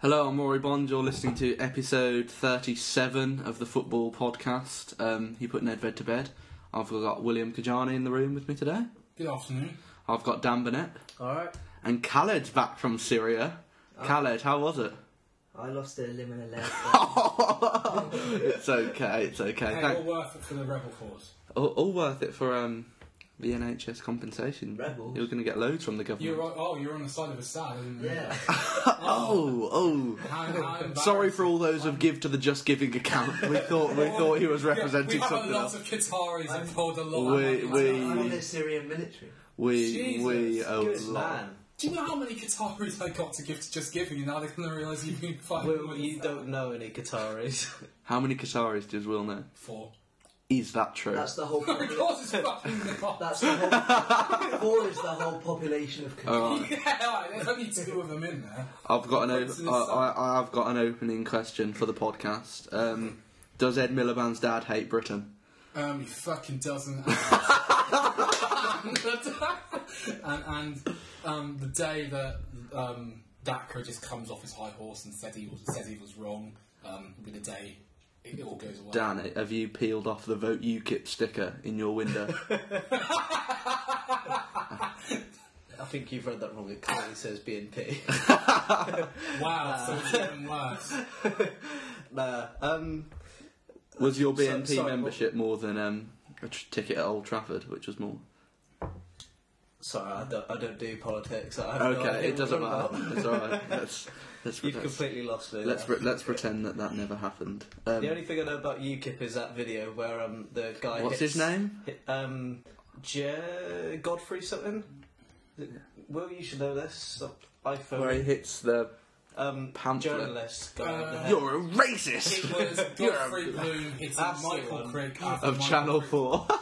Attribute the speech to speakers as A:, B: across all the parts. A: Hello, I'm Rory Bond. You're listening to episode 37 of the Football Podcast. Um, he put Nedved to bed. I've got William Kajani in the room with me today.
B: Good afternoon.
A: I've got Dan Burnett
C: All right,
A: and Khaled back from Syria.
B: Oh.
A: Khaled, how was it?
C: I lost a limb and a leg.
A: it's okay, it's okay.
B: Hey, all
A: Thank-
B: worth it for the rebel cause.
A: all, all worth it for um, the NHS compensation.
C: Rebels.
A: You're going to get loads from the government.
B: You're on, oh, you're on the side of Assad, isn't you?
C: yeah,
A: Oh, oh.
B: How- how embarrassing.
A: Sorry for all those of give to the Just Giving account. We thought we thought he was
B: Yeah,
A: representing
B: we have
A: something
B: a lot
A: else.
B: of Qataris and pulled a lot.
A: We-
B: of
A: we-
C: I'm in the Syrian military.
A: We
B: Jesus.
A: we owe a
C: Good
A: lot.
C: man.
B: Do you know how many Qataris I got to give to Just Giving, and now they're going to realise you've been fighting
D: Well,
B: with
D: you
B: Assad?
D: don't know any Qataris.
A: How many Qataris does Will know?
B: Four.
A: Is that true?
C: That's the whole.
B: Of course, it's fucking not.
C: That's the whole. four is the whole population of Qatar.
B: yeah, like, there's only two of them in there.
A: I've got an
B: That's
A: o-
B: insane.
A: I, I, I've got an opening question for the podcast. Um, does Ed Miliband's dad hate Britain?
B: Um, he fucking doesn't. and and um, the day that um, Dakra just comes off his high horse and said he was, says he was wrong um, will be the day it, it all goes away.
A: Dan, have you peeled off the Vote UKIP sticker in your window?
D: Oh. I think you've read that wrong. It clearly says BNP.
B: Wow, so it's getting worse.
D: nah, um,
A: Was your BNP
D: sorry, what-
A: membership more than um, a tr- ticket at Old Trafford, which was more?
D: sorry, I don't, I don't do politics. I have no idea
A: Okay, it
D: what
A: doesn't
D: you're on
A: matter.
D: about.
A: It's all right. Let's let's,
D: You've
A: let's,
D: completely lost me.
A: let's,
D: there.
A: pre- let's pretend that that never happened. Um,
D: the only thing I know about UKIP is that video where um the guy.
A: what's
D: hits,
A: his name?
D: hit- um, Je- Godfrey something. Well, you should know this. iPhone.
A: Where he hits the
D: um,
A: pamphlet.
D: journalist guy. in the
B: Uh,
D: head.
A: You're a
B: It
A: racist
B: was
A: You're a-
B: Godfrey Bloom hitting
D: That's the
B: Michael
D: one.
B: Crick after
A: of
B: Michael
A: Channel
B: Crick.
A: Four.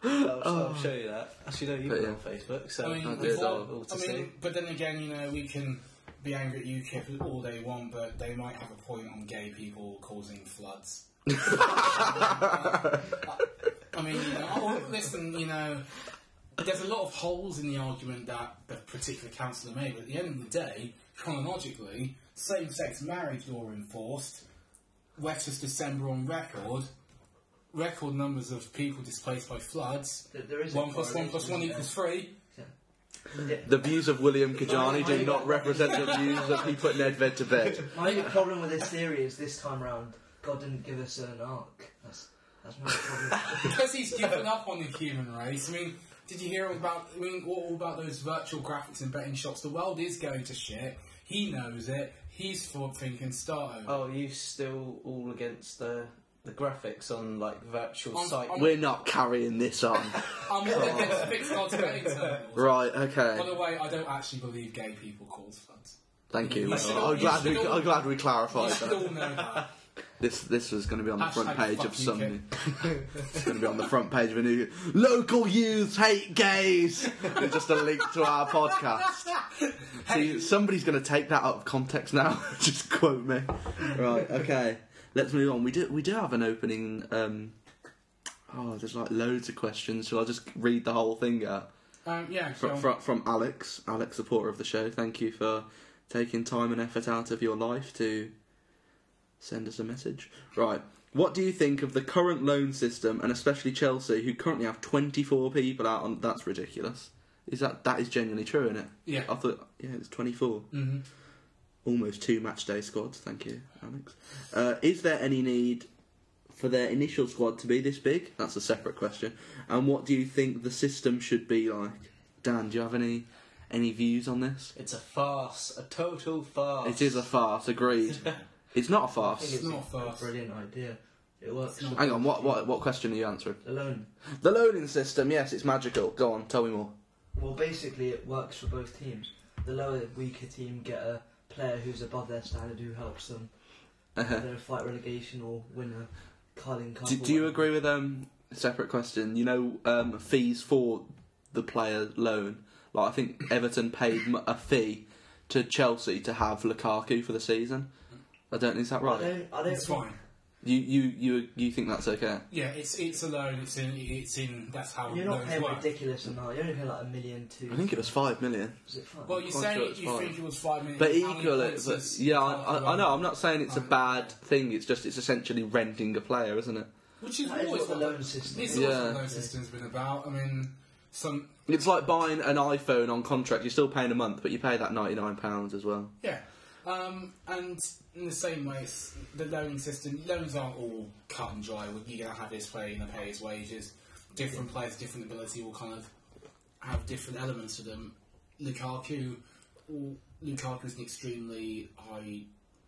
B: Yeah.
C: Uh,
D: I'll, I'll show you that. Actually,
A: Oh. But
D: no, you've been
A: yeah.
D: on Facebook, so
B: I mean,
A: Okay,
B: we've
A: so-
B: all-
D: all to
B: I
D: see.
B: mean, but then again, you know, we can be angry at UKIP all they want, but they might have a point on gay people causing floods. I mean, you know, oh, listen, you know, there's a lot of holes in the argument that the particular councillor made, but at the end of the day, chronologically, same-sex marriage law enforced, wettest December on record, record numbers of people displaced by floods,
C: There- there is a
B: one plus one plus one
C: correlation,
B: equals three.
A: The views of William Kajani do not represent the views of he put Nedved to bed.
C: My only problem with this theory is this time round, God didn't give us an ark. That's that's my problem.
B: because he's given up on the human race. I mean, did you hear all about? I mean, all all about those virtual graphics and betting shops? The world is going to shit. He knows it. He's forward thinking start over.
D: Oh, are you still all against the the graphics on like virtual
B: On-
D: site?
B: on-
A: We're not carrying this on. Oh,
B: I'm all against fixed odds betting terminals.
A: Right,
B: By the
A: okay.
B: way, I don't actually believe gay people cause floods.
A: Thank you.
B: You
A: Will.
B: should-
A: I'm
B: you
A: glad we,
B: should all-
A: I'm glad we clarified
B: You
A: that.
B: should all know that.
A: This this was going to be on the front
B: Hashtag
A: page
B: fuck
A: of
B: you,
A: some.
B: kid.
A: it's going to be on the front page of a new local youths hate gays. It's just a link to our podcast. See, somebody's going to take that out of context now. just quote me. Right. Okay. Let's move on. We do we do have an opening. Um, oh, there's like loads of questions. Shall I just read the whole thing out?
B: Um, yeah, go
A: From,
B: on.
A: from, from Alex, Alex, supporter of the show. Thank you for taking time and effort out of your life to send us a message. Right. What do you think of the current loan system, and especially Chelsea, who currently have 24 people out on? That's ridiculous. Is that that is genuinely true, isn't it?
B: Yeah.
A: I thought yeah, it's 24.
D: Mm-hmm.
B: Mhm.
A: Almost two match day squads. Thank you, Alex. Uh, is there any need for their initial squad to be this big? That's a separate question. And what do you think the system should be like? Dan, do you have any any views on this?
D: It's a farce, a total farce.
A: It is a farce. Agreed. it's not a
C: I think
A: farce.
C: it's
B: not
C: a
B: fast.
C: brilliant idea. It works.
A: Hang on. What what what question are you answering?
C: Alone.
A: The loading system, yes, it's magical. Go on, tell me more.
C: Well, basically, it works for both teams. The lower, weaker team get a player who's above their standard who helps them
A: Uh-huh.
C: either fight relegation or win a Carling Cup.
A: Do,
C: or
A: do you
C: whatever.
A: agree with um separate question? You know, um, fees for the player loan. Like I think Everton paid m- a fee to Chelsea to have Lukaku for the season. I don't is that
C: I
A: right?
C: don't. I don't.
A: oh.
B: It's
C: Think,
B: fine.
A: You you you you think that's okay?
B: Yeah, it's it's a loan. It's in it's in. That's how
C: You're not
B: loans
C: paying a
B: work.
C: ridiculous amount. You're only paying like a million two.
A: I think it was five million.
C: Is it five?
B: Well, you
A: Quite
B: say
A: sure
B: it,
A: it's
B: you
A: fine.
B: think it was five minutes.
A: But
B: how many
A: equally,
B: points
A: but
B: is
A: yeah, I,
B: Cardiff
A: I, I know.
B: on?
A: I'm not saying it's a
B: Right.
A: bad thing. It's just it's essentially renting a player, isn't it?
B: Which is
C: That is
B: always
C: what the
B: what
C: loan system
B: It's
C: is.
A: Yeah.
B: always what the loan system's been about. I mean, some
A: It's like buying an iPhone on contract. You're still paying a month, but you pay that ninety nine pounds as well.
B: yeah, um, and in the same way, s- the loan system loans aren't all cut and dry. You're gonna have this player, you're gonna pay his wages. Different players, different ability will kind of have different elements to them. Lukaku, all, Lukaku's an extremely high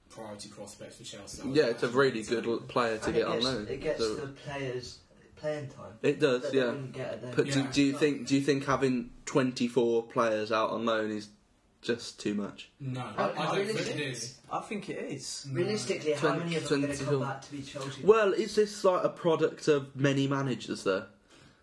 B: priority prospect for Chelsea.
A: Yeah, it's a really good l- player to
C: And
A: get
C: it
A: on
C: gets,
A: loan.
C: it gets
A: So-
C: the players playing time.
A: It does,
C: that they
A: yeah.
C: wouldn't get at their-
A: But do,
B: Yeah.
A: do you think do you think having twenty four players out on loan is just too much?
B: No,
C: I-
B: I,
C: I
B: don't
C: really
B: think it
C: think-
B: is.
D: I think it is.
C: Realistically, how
A: Twenty-
C: many of them are going to
A: twenty-
C: come back to be Chelsea?
A: Well, is this like a product of many managers though?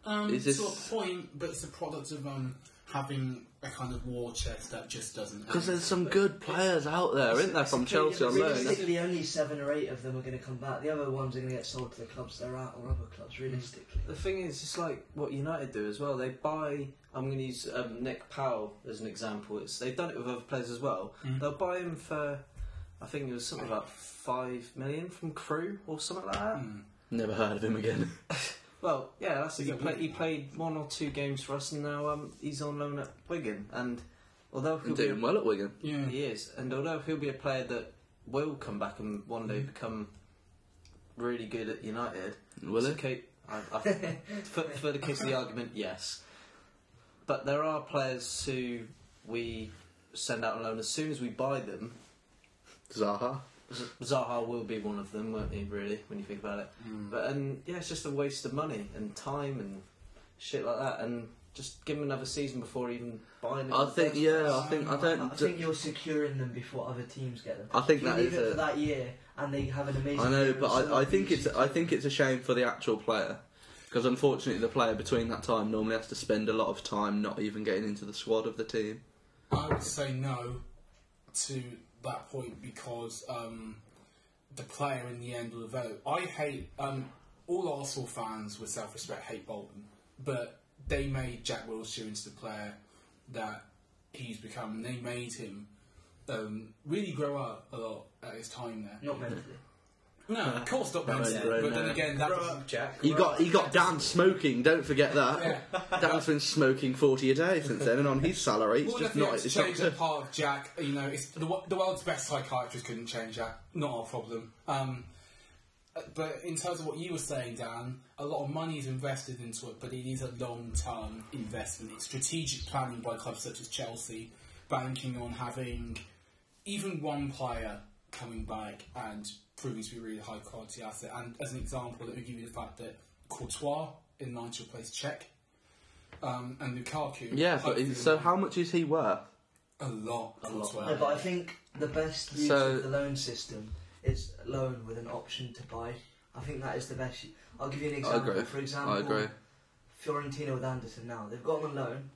B: Um,
A: Is this-
B: To a point, but it's a product of um, having a kind of war chest that just doesn't.
A: Because
B: end.
A: there's some good players out there, isn't there, from Chelsea on loan?
C: Realistically, only seven or eight of them are going to come back. The other ones are going to get sold to the clubs they're at or other
A: Mm.
C: clubs. Realistically,
D: The thing is, it's like what United do as well. They buy. I'm going to use um, Nick Powell as an example. It's they've done it with other players as well. They'll buy him for, I think it was something about five million from Crew or something like that.
A: Never heard of him again.
D: Well, yeah, that's it. He,
B: He's at
D: play,
B: Wigan.
D: he played one or two games for us, and now um, he's on loan at Wigan. And although he'll
A: And doing well at Wigan.
B: yeah.
D: be, he is, and although he'll be a player that will come back and one day become really good at United,
A: Will
D: it's
A: he?
D: okay. I, I, for, for the case of the argument, yes. But there are players who we send out on loan as soon as we buy them.
A: Zaha.
D: Z- Zaha will be one of them, won't he? Really, when you think about it.
A: Hmm.
D: But and yeah, it's just a waste of money and time and shit like that. And just give him another season before even buying. him
A: I
D: in the
A: think
D: first
A: yeah.
D: place.
A: I think I
C: I
A: don't.
C: think you're securing them before other teams get them.
A: I think
C: If you
A: that
C: leave
A: is
C: it
A: a-
C: for that year, and they have an amazing.
A: I know,
C: year
A: but
C: and sell
A: I, I
C: them
A: think
C: for
A: it's I think it's a shame for the actual player because unfortunately the player between that time normally has to spend a lot of time not even getting into the squad of the team.
B: I would say no to that point because um, the player in the end will vote. I hate um, all Arsenal fans with self-respect hate Bolton, but they made Jack Wilshere into the player that he's become. They made him um, really grow up a lot at his time there.
C: Not mentally.
B: No, of course not
A: No,
B: Benson.
A: no, no.
B: But then again, that
D: Grow
B: doesn't-
D: up, Jack.
A: You got you got Dan smoking. Don't forget that. Dan's been smoking forty a day since then, and on his salary, it's
B: Well,
A: just
B: if you
A: not.
B: had to
A: It's not
B: change that
A: good.
B: part of Jack, you know, it's the, wo- the world's best psychiatrist couldn't change that. Not our problem. Um, uh, but in terms of what you were saying, Dan, a lot of money is invested into it, but it is a long-term investment. It's strategic planning by clubs such as Chelsea, banking on having even one player coming back and proving to be a really high quality asset. And as an example, it would give you the fact that Courtois in ninth place check. Um, and Lukaku.
A: Yeah, but
B: hopefully-
A: is- so how much is he worth?
B: a lot. A lot.
C: No, but I think the best use
A: So-
C: of the loan system is loan with an option to buy. I think that is the best. u- I'll give you an example.
A: agree.
C: For example,
A: I agree.
C: Fiorentina with Anderson now. They've got him on loan.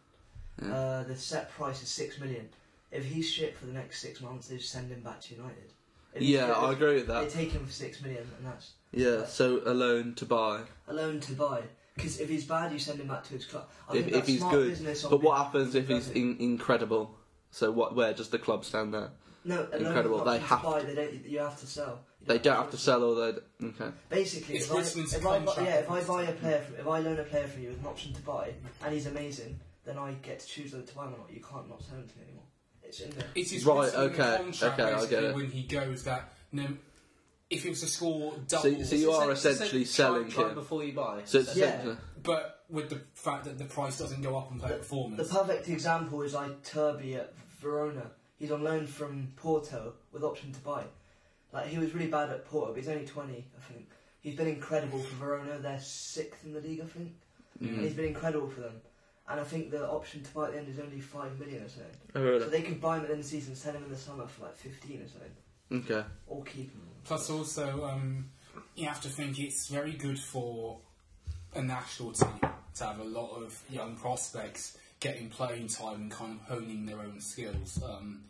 A: Yeah.
C: Uh, the set price is six million. If he's shit for the next six months, they send him back to United. If he's
A: Yeah,
C: good,
A: I agree with
C: They
A: that.
C: take him for six million, and that's
A: Yeah, so a loan to buy.
C: a loan to buy. Because if he's bad, you send him back to his club. I
A: If,
C: think
A: if
C: that's
A: he's
C: smart
A: good,
C: business on
A: but what
C: behalf
A: happens if
C: of
A: he's
C: United.
A: in, incredible? So what? Where does the club stand there?
C: No, a
A: Incredible.
C: Loan
A: They
C: with an option
A: have
C: to buy. They don't. You have to sell. You
A: They don't have to sell all their. Okay.
C: Basically,
B: It's
C: if, I,
B: written into
C: if, I, buy-
B: contract.
C: yeah, if I buy a player, from, if I loan a player from you with an option to buy, and he's amazing, then I get to choose whether to buy him or not. You can't not sell him to me anymore. It's in there.
B: It is
A: Right,
B: written in the
A: okay,
B: contract
A: okay, I
B: basically
A: get it.
B: When he goes that, no, if it was to score double,
A: So, so you are
D: It's a-
A: essentially
D: it's a- try-
A: selling
D: try
A: him.
D: before you buy.
A: So it's
C: Yeah.
A: essentially.
B: but with the fact that the price doesn't go up on player
C: The
B: performance.
C: perfect example is like Turby at Verona. He's on loan from Porto with option to buy. Like he was really bad at Porto, but he's only twenty, I think. He's been incredible for Verona. They're sixth in the league, I think.
A: Mm.
C: And he's been incredible for them. And I think the option to buy at the end is only five million or something.
A: Oh,
C: So
A: really?
C: they could buy him at the end of the season, sell him in the summer for like fifteen or something,
A: Okay.
C: or keep him.
B: Plus, also, um, you have to think it's very good for a national team to have a lot of young prospects getting playing time and kind of honing their own skills. Um,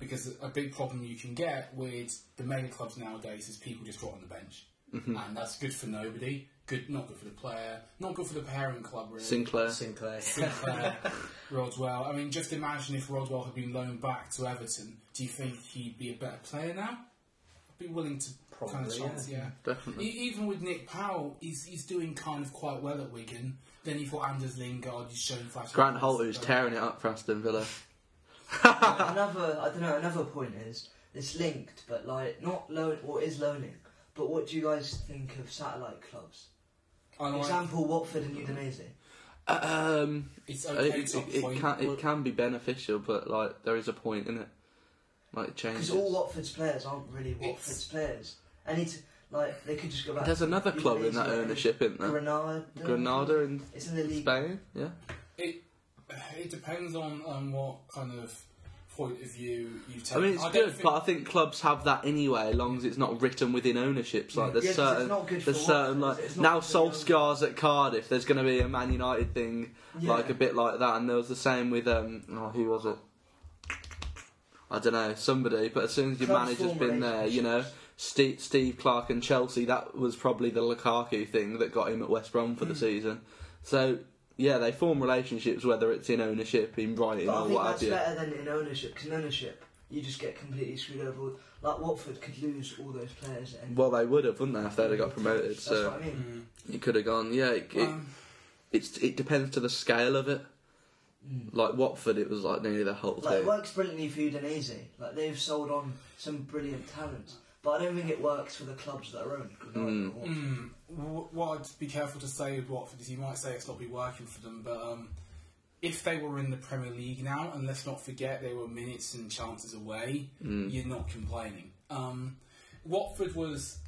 B: because a big problem you can get with the mega clubs nowadays is people just rot on the bench. and that's good for nobody. Good, not good for the player, not good for the parent club. Really.
A: Sinclair.
D: Sinclair.
B: Sinclair, Rodwell. I mean, just imagine if Rodwell had been loaned back to Everton. Do you think he'd be a better player now? I'd be willing to kind of
D: Probably,
B: chance, yeah.
A: Definitely.
B: E- even with Nick Powell, he's, he's doing kind of quite well at Wigan. Then you've got Anders Lingard, he's shown flash.
A: Grant Holt who's tearing it up for Aston Villa.
C: another, I don't know. Another point is it's linked, but like not loan or is loaning. But what do you guys think of satellite clubs?
B: I like-
C: Example: Watford and Udinese.
A: Um,
B: it's
A: it,
B: okay
A: it,
B: to
A: it,
B: a point.
A: can it can be beneficial, but like there is a point in it. Like it changes.
C: Because all Watford's players aren't really
B: It's-
C: Watford's players. Any t- like they could just go back.
A: There's
C: to
A: another club in
C: Udinese
A: that
C: and
A: ownership, isn't there?
C: Granada.
A: Granada in
C: It's in the league.
A: Spain. Yeah.
B: It, it depends on, on what kind of point of view you take.
A: I mean, it's
B: don't
A: good,
B: think-
A: but I think clubs have that anyway, as long as it's not written within ownerships. Like there's
C: Yeah, 'cause it's
A: certain,
C: not good for
A: there's certain
C: Watford,
A: like
C: it's not
A: now
C: good for the owners.
A: Solskjaer's at Cardiff. There's going to be a Man United thing,
C: Yeah.
A: like a bit like that. And there was the same with um, oh, who was it? I don't know, somebody. But as soon as your
C: Clubs
A: manager's
C: form
A: been there, you know, Steve, Steve Clark and Chelsea. That was probably the Lukaku thing that got him at West Brom for
C: Hmm.
A: the season. So. Yeah, they form relationships, whether it's in ownership, in writing,
C: But I
A: or
C: think
A: what
C: that's
A: have you.
C: better than in ownership. Because in ownership, you just get completely screwed over. Like Watford could lose all those players. And
A: Well, they would have, wouldn't they, if they'd have got promoted?
C: Hmm. That's
A: so
C: what I mean.
B: Mm.
A: It could have gone, yeah. It, it,
B: Um,
A: it's, it depends to the scale of it. Like Watford, it was like nearly the whole
C: Hmm. Like it
A: thing.
C: works brilliantly for Udinese. Like they've sold on some brilliant talents. But I don't think it works for the clubs that are owned. Granada or Watford.
B: Mm, wh- what I'd be careful to say with Watford is you might say it's not be working for them, but um, if they were in the Premier League now, and let's not forget they were minutes and chances away, you're not complaining. Um, Watford was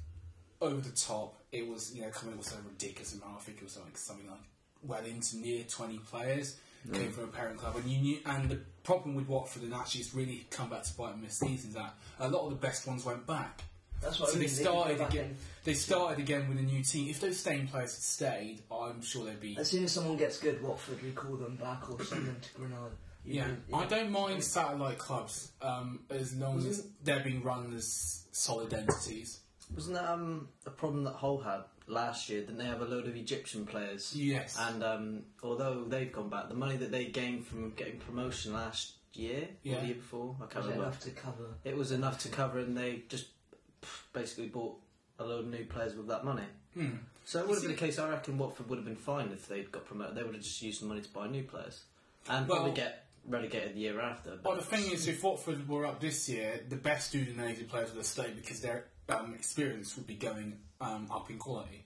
B: over the top. It was you know coming with a ridiculous amount. I think it was like something like well into near twenty players came from a parent club, and you knew. And the problem with Watford, and actually it's really come back to bite them this season, is that a lot of the best ones went back.
C: That's what
B: So
C: I
B: they
C: mean. could go
B: started
C: back
B: again.
C: in.
B: They started again with a new team. If those same players had stayed, I'm sure they'd be.
C: As soon as someone gets good, Watford recall them back or send them to Granada. You
B: Yeah,
C: know,
B: I don't mind satellite clubs um, as long as they're being run as solid entities.
D: Wasn't that um, a problem that Hull had last year? Didn't they have a load of Egyptian players?
B: Yes.
D: And um, although they've gone back, the money that they gained from getting promotion last year, or
B: Yeah.
D: the year before, I can't
C: Was it
D: remember,
C: enough to cover?
D: it was enough to cover, and they just pff, basically bought a load of new players with that money.
B: Hmm.
D: So it would have been a case. I reckon Watford would have been fine if they'd got promoted. They would have just used the money to buy new players and
B: Well-
D: probably get relegated the year after.
B: Well, the thing is, if Watford were up this year, the best Udinese players would have stayed because their um, experience would be going um, up in quality.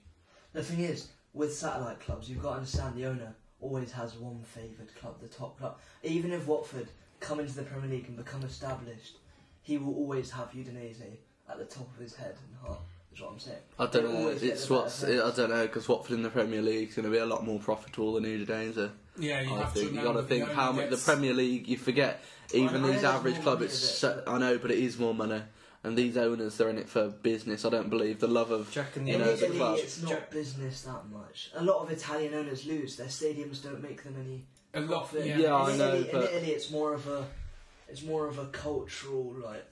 C: The thing is, with satellite clubs, you've got to understand the owner always has one favoured club, the top club. Even if Watford come into the Premier League and become established, he will always have Udinese at the top of his head and heart. Is what I'm saying.
A: I don't
C: They
A: know.
C: always get
A: It's
C: the better
A: what's.
C: players.
A: I don't know because Watford in the Premier League is going to be a lot more profitable than Udinese.
B: Yeah, you
A: I
B: have
A: think
B: to
A: you got to
B: remember the
A: think how
B: owner
A: much the
B: gets-
A: Premier League. You forget even
C: know
A: these
C: there's
A: average
C: more
A: club.
C: money
A: It's
C: in
A: so, I know, but it is more money. And these owners, they're in it for business. I don't believe the love of
D: Do you reckon the
A: you know
D: owners
A: the
D: are
C: Italy,
A: club.
C: it's not business that much. A lot of Italian owners lose. Their stadiums don't make them any.
B: A lot,
C: profit.
B: yeah.
A: Yeah,
C: in
A: I
C: Italy,
A: know,
C: in
A: but-
C: Italy, it's more of a, it's more of a cultural like.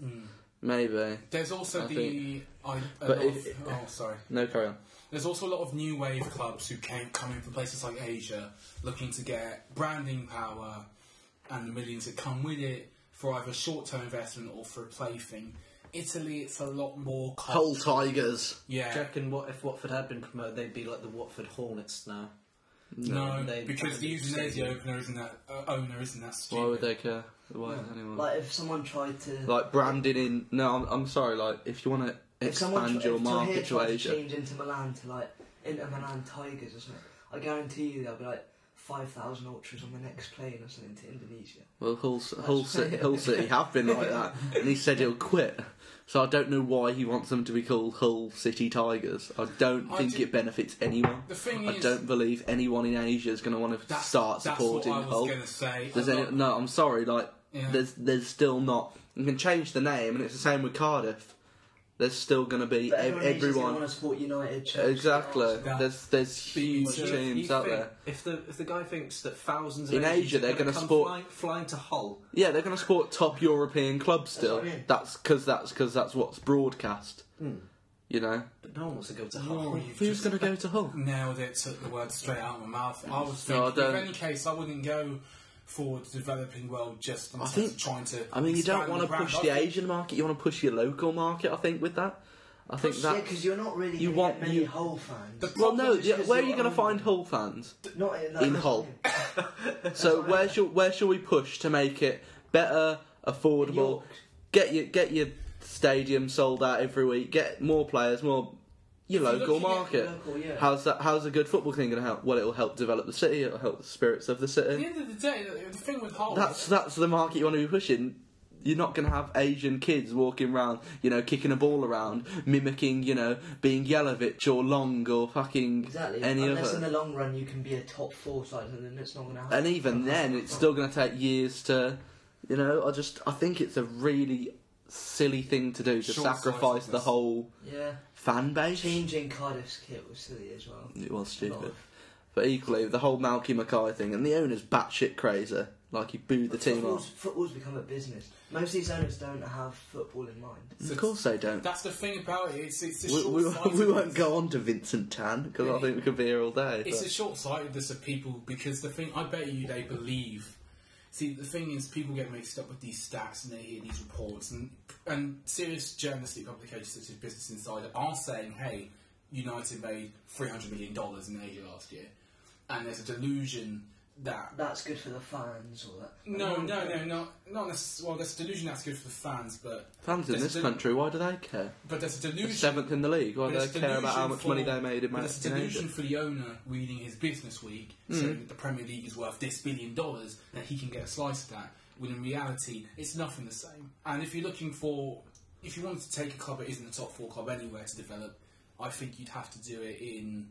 A: Maybe
B: Mm. There's also
A: I
B: the.
A: think-
B: I, a
A: But
B: lot
A: if-
B: of, oh, sorry.
A: no carry on.
B: There's also a lot of new wave clubs who came coming from places like Asia, looking to get branding power and the millions that come with it for either short-term investment or for a plaything. Italy, it's a lot more cult-
A: Whole Tigers.
D: Do you
B: Yeah,
D: reckon what if Watford had been promoted, they'd be like the Watford Hornets now?
B: no,
D: they-
B: because the Udinese
D: they-
B: opener isn't that uh, owner isn't that stupid.
A: Why would they care? Why anyone?
C: Like if someone tried to.
A: like branding in. No, I'm, I'm sorry. Like if you want to
C: if someone
A: expand
C: tr-
A: your
C: if
A: market
C: Tahir
A: to
C: tried
A: Asia,
C: change into Milan to like Inter Milan Tigers or something, I guarantee you there'll be like five thousand ultras on the next plane or something to Indonesia.
A: well, Hull, C- Hull, City, Hull City have been like that, and he said he'll quit. So I don't know why he wants them to be called Hull City Tigers. I don't
B: I
A: think
B: ju-
A: it benefits anyone.
B: The thing
A: I
B: is-
A: don't believe anyone in Asia is going to want to
B: That's-
A: start
B: that's
A: supporting
B: what I was
A: Hull.
B: gonna say.
A: There's
B: I'm
A: any,
B: not-
A: no, I'm sorry. Like
B: Yeah.
A: there's there's still not. You can change the name, and it's the same with Cardiff. There's still going to be
C: But
A: ev-
C: everyone,
A: everyone.
C: want to support United. Chelsea,
A: Exactly.
C: Arsenal.
B: that
A: There's there's huge
B: speeds
D: So if
A: teams
D: you
A: out
D: think-
A: there.
D: If the if the guy thinks that thousands of
A: In
D: Asians
A: Asia,
D: are
A: they're
D: gonna
A: gonna
D: come
A: sport-
D: flying, flying to Hull.
A: Yeah, they're going to support top European clubs still.
C: what I mean. Hmm.
A: That's because that's because that's what's broadcast. You know,
D: But no one wants to go to
B: No,
D: Hull.
B: you've
A: who's
B: just
A: going to go to Hull?
B: nailed it, took the word straight out of my mouth. I was
A: No, I
B: thinking,
A: don't.
B: in any case, I wouldn't go for the developing world just on the
A: I
B: sense
A: think-
B: of trying to.
A: I mean, you don't
B: expand
A: want to
B: brand.
A: push
B: I
A: the
B: think-
A: Asian market. You want to push your local market. I think with that, I think
C: Yeah,
A: that.
C: because you're not really
A: You
C: gonna
A: want-
C: get many
A: you-
C: Hull fans.
B: The
A: Well,
B: problem
A: no.
B: is
A: yeah,
C: just
A: where are
C: your
A: you going to
C: own-
A: find Hull fans?
C: not in,
A: in Hull. So where shall where shall we push to make it better, affordable?
C: York.
A: Get your get your stadium sold out every week. Get more players, more your
B: you're
A: local
B: looking at
A: market.
C: local, yeah.
A: How's that? How's a good football thing going to help? Well, it'll help develop the city. It'll help the spirits of the
B: At the
A: city.
B: end of the day, the- the thing with Hull.
A: That's that's the market you want to be pushing. You're not going to have Asian kids walking around, you know, kicking a ball around, mimicking, you know, being Yelovich or Long or fucking
C: Exactly.
A: any
C: Unless
A: other.
C: in the long run you can be a top four side, and then it's not going to happen.
A: and even then, it's still going to take years to, you know. I just I think it's a really silly thing to do to
B: Short-sightedness.
A: sacrifice the whole
C: yeah.
A: fan base.
C: Changing Cardiff's kit was silly as well.
A: It was
C: Lot
A: stupid,
C: of-
A: but equally the whole Malky Mackay thing and the owner's batshit crazy. Like he booed the team
C: football's,
A: off.
C: football's become a business. Most of these owners don't have football in mind.
A: Of course they don't.
B: That's the thing about it. It's, it's the
A: We, we,
B: short-sightedness.
A: we won't go on to Vincent Tan because I
B: Really?
A: think we could be here all day.
B: It's
A: but-
B: the short-sightedness of people because the thing I bet you they believe. See, the thing is, people get mixed up with these stats and they hear these reports, and and serious journalistic publications such as Business Insider are saying, "Hey, United made three hundred million dollars in Asia last year," and there's a delusion that.
C: That's good for the fans or that.
B: No, no, no, not not necessarily. Well, there's a delusion that's good for the fans, but
A: Fans in
B: there's
A: this
B: a del-
A: country, why do they care?
B: but there's a
A: They're
B: delusion.
A: seventh in the league. Why do
B: But
A: they
B: it's
A: care about how
B: delusion
A: much
B: for-
A: money they made in
B: but It's
A: Manchester
B: a delusion
A: United?
B: for the owner reading his business week,
A: Hmm.
B: saying that the Premier League is worth this billion dollars, that he can get a slice of that. When in reality, it's nothing the same. And if you're looking for, if you wanted to take a club that isn't a top four club anywhere to develop, I think you'd have to do it in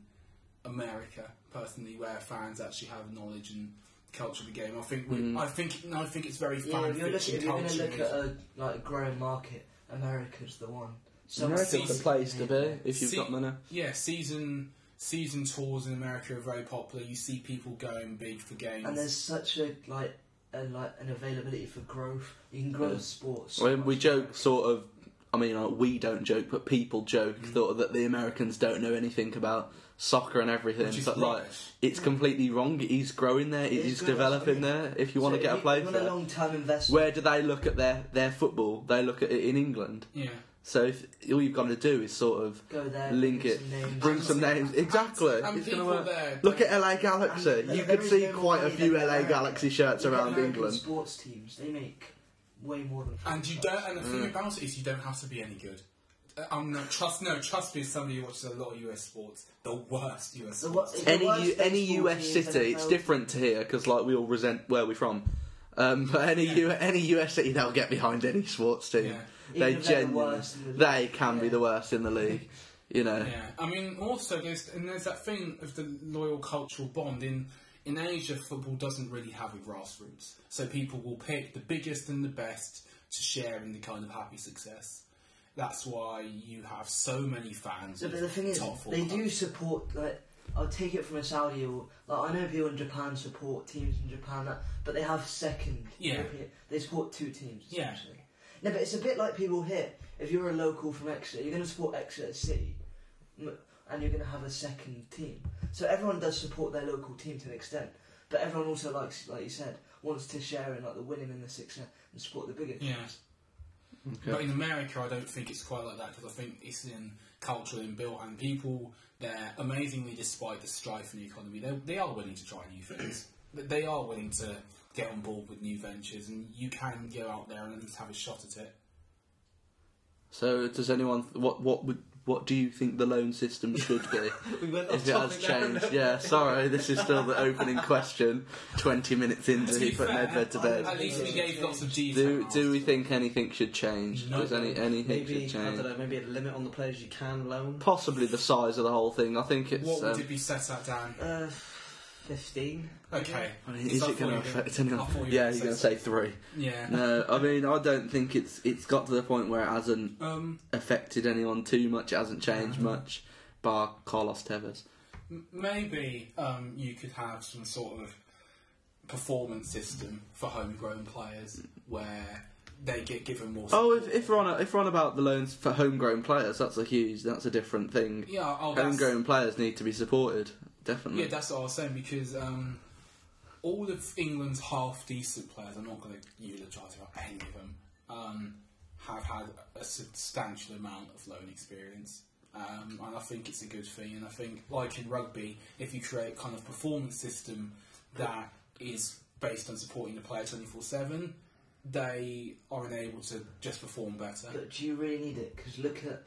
B: America, personally, where fans actually have knowledge and culture of the game. I think, we
A: Hmm.
B: I think, no, I think it's very
C: Yeah,
B: fan
C: if you're, looking,
B: fiction
C: if you're going to
B: culture.
C: look at a like growing market, America's the one. So
A: America's the
B: season-
A: place to be if you've
B: See-
A: got money.
B: yeah, season season tours in America are very popular. You see people going big for games.
C: And there's such a like a, like an availability for growth. You can grow
A: Yeah.
C: the sports.
A: Well, we joke sort of. I mean, like, we don't joke, but people joke
C: Mm.
A: thought that the Americans don't know anything about soccer and everything.
B: Which is
A: but like,
B: rubbish.
A: it's completely wrong. It is growing there. It
C: It is
A: is
C: growing,
A: developing
C: yeah.
A: there. If you want to get a place
C: want a
A: there,
C: long term investment.
A: where do they look at their their football? They look at it in England.
B: yeah.
A: So if, all you've got to do is sort of
C: Go there.
A: link
C: bring
A: it,
C: some names.
A: bring some names. Exactly,
B: And
A: it's gonna
B: people
A: work.
B: there.
A: Look at LA Galaxy.
C: And
A: You
C: there
A: could
C: is
A: see
C: no
A: quite a
C: money
A: few
C: that
A: LA
C: there.
A: Galaxy shirts
C: Look at
A: around
C: American
A: England.
C: Sports teams they make way more than.
B: and you don't. And the
A: Mm.
B: thing about it is, you don't have to be any good. Uh, I'm not trust. No, trust me. as Somebody who watches a lot of US sports, the worst US
C: The
B: sports.
C: wor-
A: any
C: worst
A: U- any
C: baseball
A: US
C: teams,
A: city, it's
C: NFL.
A: different to here because like we all resent where we're from. Um, but any U- any US city, they'll get behind any sports team.
B: Yeah.
C: Even
A: They
C: if they're the
A: genuinely,
C: worst in the league.
A: they can be
C: Yeah.
A: the worst in the league. You know,
B: Yeah, I mean, also there's and there's that thing of the loyal cultural bond in. In Asia, football doesn't really have a grassroots, so people will pick the biggest and the best to share in the kind of happy success. That's why you have so many fans.
C: So,
B: of
C: but the thing is,
B: top four
C: they
B: clubs.
C: do support. Like, I'll take it from a Saudi or like I know people in Japan support teams in Japan, that, but they have second.
B: Yeah.
C: European- They support two teams.
B: Yeah.
C: Essentially. No, but it's a bit like people here. If you're a local from Exeter, you're going to support Exeter City, m- and you're going to have a second team. So everyone does support their local team to an extent, but everyone also likes, like you said, wants to share in like the winning and the success and support the biggest.
B: Yeah.
C: teams.
B: But in America, I don't think it's quite like that because I think it's in culture and built and people there, amazingly, despite the strife in the economy, they, they are willing to try new things. They- they are willing to get on board with new ventures and you can go out there and at least have a shot at it.
A: So does anyone? What what would what do you think the loan system should be?
D: We went off
A: if it has
D: topic there.
A: changed, yeah. Sorry, this is still the opening question. Twenty minutes into
B: To be
A: he put
B: fair,
A: Nedved to
C: I-
A: bed.
B: At least we gave lots of G's.
A: Do
B: out.
A: do we think anything should change?
B: No.
A: Does any anything
D: Maybe
A: should
D: I
A: change?
D: don't know. Maybe a limit on the players you can loan.
A: Possibly the size of the whole thing. I think it's.
B: What
A: um,
B: would it be set at, Dan?
D: Uh, fifteen.
B: Okay.
A: I mean,
B: Because
A: is
B: I
A: it going to
B: thought you were
A: affect
B: gonna-
A: anyone?
B: I thought you were
A: Yeah, he's going to say three.
B: Yeah.
A: No, I mean, I don't think it's it's got to the point where it hasn't
B: Um,
A: affected anyone too much. It hasn't changed much, bar Carlos Tevez.
B: M- Maybe um, you could have some sort of performance system for homegrown players where they get given more.
A: Oh, if,
B: support.
A: if we're on a, if we're on about the loans for homegrown players, that's a huge. That's a different thing.
B: yeah, oh, that's,
A: homegrown players need to be supported, definitely.
B: yeah, that's what I was saying because um, all of England's half decent players. I'm not going to eulogise about any of them. Um, have had a substantial amount of loan experience. Um, and I think it's a good thing. And I think, like in rugby, if you create kind of performance system that is based on supporting the player 24 7, they are enabled to just perform better.
C: But do you really need it? Because look at,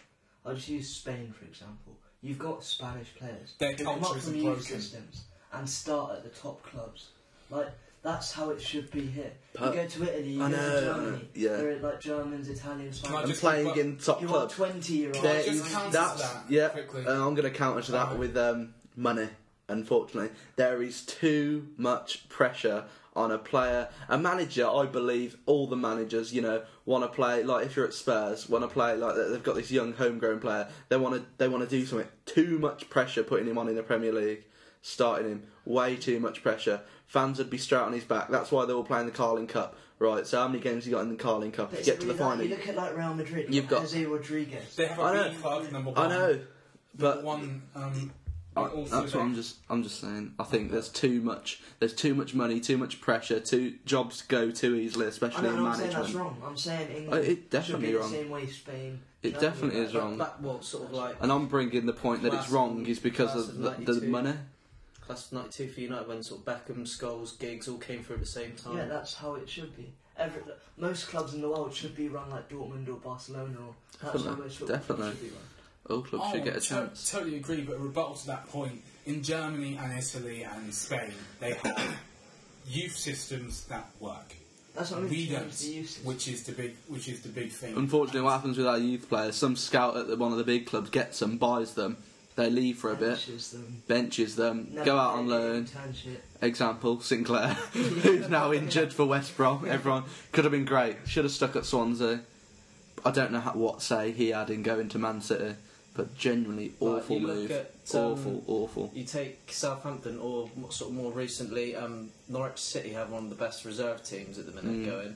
C: I'll just use Spain for example. You've got Spanish players.
B: Their
C: who
B: culture
C: come up
B: is
C: from the youth
B: broken.
C: systems and start at the top clubs. Like that's how it should be here.
A: But-
C: you go to Italy, you
A: I
C: go
A: know,
C: to Germany.
A: yeah.
C: they're like Germans, Italians,
B: I
A: and
C: Spanish.
B: just-
A: playing
B: but-
A: in top
C: You want
A: clubs.
C: twenty year
B: There
C: olds.
B: is-
A: is-
B: counter
A: that's
B: that
A: yeah.
B: quickly?
A: uh, I'm going to counter that
B: Alright.
A: with um, money. Unfortunately, there is too much pressure on a player. A manager, I believe, all the managers, you know, want to play. Like if you're at Spurs, want to play. Like they've got this young homegrown player. They want to. They want to do something. Too much pressure putting him on in the Premier League. Starting him, way too much pressure. Fans would be straight on his back. That's why they're all playing the Carling Cup, right? So how many games you got in the Carling Cup?
C: But
A: To
C: it's
A: get to the
C: really that-
A: final,
C: You look at like Real Madrid.
A: You've got-
C: Jose Rodriguez.
B: They have
A: I
B: a
A: know.
B: B club, number one.
A: I know,
B: Number
A: but
B: one. Um,
A: I,
B: also
A: that's what
B: they-
A: I'm just I'm just saying. I think there's too much there's too much money, too much pressure, too jobs go too easily,
C: I
A: especially
C: know,
A: in
C: I'm not saying that's
A: management.
C: wrong. I'm saying
A: Uh,
C: England
A: it
C: should
A: definitely
C: be
A: wrong.
C: the same way Spain.
A: It
C: Germany,
A: definitely
C: like
A: is
C: that.
A: wrong.
D: That what sort of like
A: Um, And I'm bringing the point that it's
D: Class-
A: wrong is because
D: class
A: of
D: of
A: the, the
D: 92.
A: money.
D: class of '92 for United when sort of Beckham, Skulls, Giggs all came through at the same time.
C: Yeah, that's how it should be. Every, most clubs in the world should be run like Dortmund or Barcelona. Or that's how
A: Definitely,
C: most football
A: definitely.
C: clubs should be run.
A: All clubs
B: Oh,
A: should get a
B: to-
A: chance.
B: totally agree, but a rebuttal to that point, in Germany and Italy and Spain, they have youth systems that work.
C: That's what I mean.
B: We
C: change
B: don't,
C: the uses.
B: which is the big, which is the big thing.
A: Unfortunately, what happens with our youth players? Some scout at the, one of the big clubs gets them, buys them, they leave for a bit,
C: Benches them.
A: benches them,
C: Never
A: go out on
C: play
A: loan.
C: internship.
A: Example Sinclair, who's now injured for West Brom. Everyone could have been great. Should have stuck at Swansea. I don't know how, what say he had in going to Man City, but genuinely
D: Like,
A: awful
D: you look
A: move.
D: at,
A: awful,
D: um,
A: awful.
D: You take Southampton or m- sort of more recently, um, Norwich City have one of the best reserve teams at the
A: Mm.
D: minute going.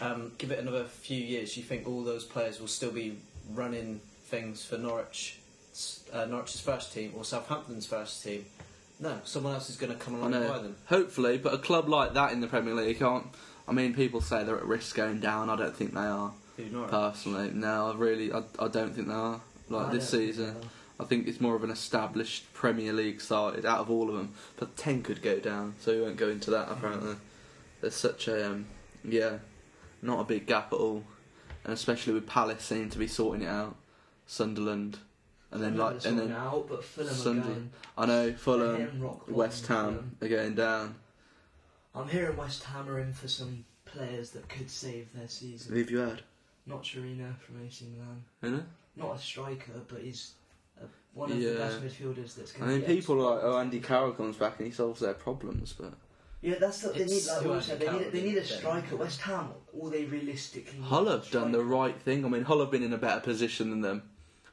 D: Um, give it another few years, you think all those players will still be running things for Norwich, s- uh, Norwich's first team or Southampton's first team? No, someone else is going to come
A: I
D: along and buy
A: know.
D: them.
A: Hopefully, but a club like that in the Premier League can't. I mean, people say they're at risk going down. I don't think they are.
D: Who Norwich?
A: Personally, no, I really, I, I don't think they are. Like
C: I
A: this
C: don't think
A: season,
C: they are.
A: I think it's more of an established Premier League side out of all of them. But ten could go down, so we won't go into that. Apparently, there's such a um, yeah, not a big gap at all, and especially with Palace seem to be sorting it out, Sunderland, and then like
C: Fulham are
A: and
C: sorting
A: then
C: out, but Fulham are
A: Sunday.
C: going.
A: I know
C: They're
A: Fulham,
C: hitting rock bottom,
A: West Ham
C: Fulham.
A: are going down.
C: I'm hearing West Ham are in for some players that could save their season.
A: Who have you heard?
C: Not Chirino from AC Milan.
A: You know?
C: Not a striker, but he's a, one of the
A: Yeah.
C: best midfielders that's
A: I
C: going.
A: mean, people are like, oh, Andy Carroll comes back and he solves their problems, but
C: Yeah, that's the, they need.
D: It's
C: Like
D: who
C: we
D: has
C: said,
D: the
C: they need. They need a
D: talent,
C: striker. West Ham. All they realistically. need
A: Hull
C: is a
A: have done the
C: striker.
A: right thing. I mean, Hull have been in a better position than them,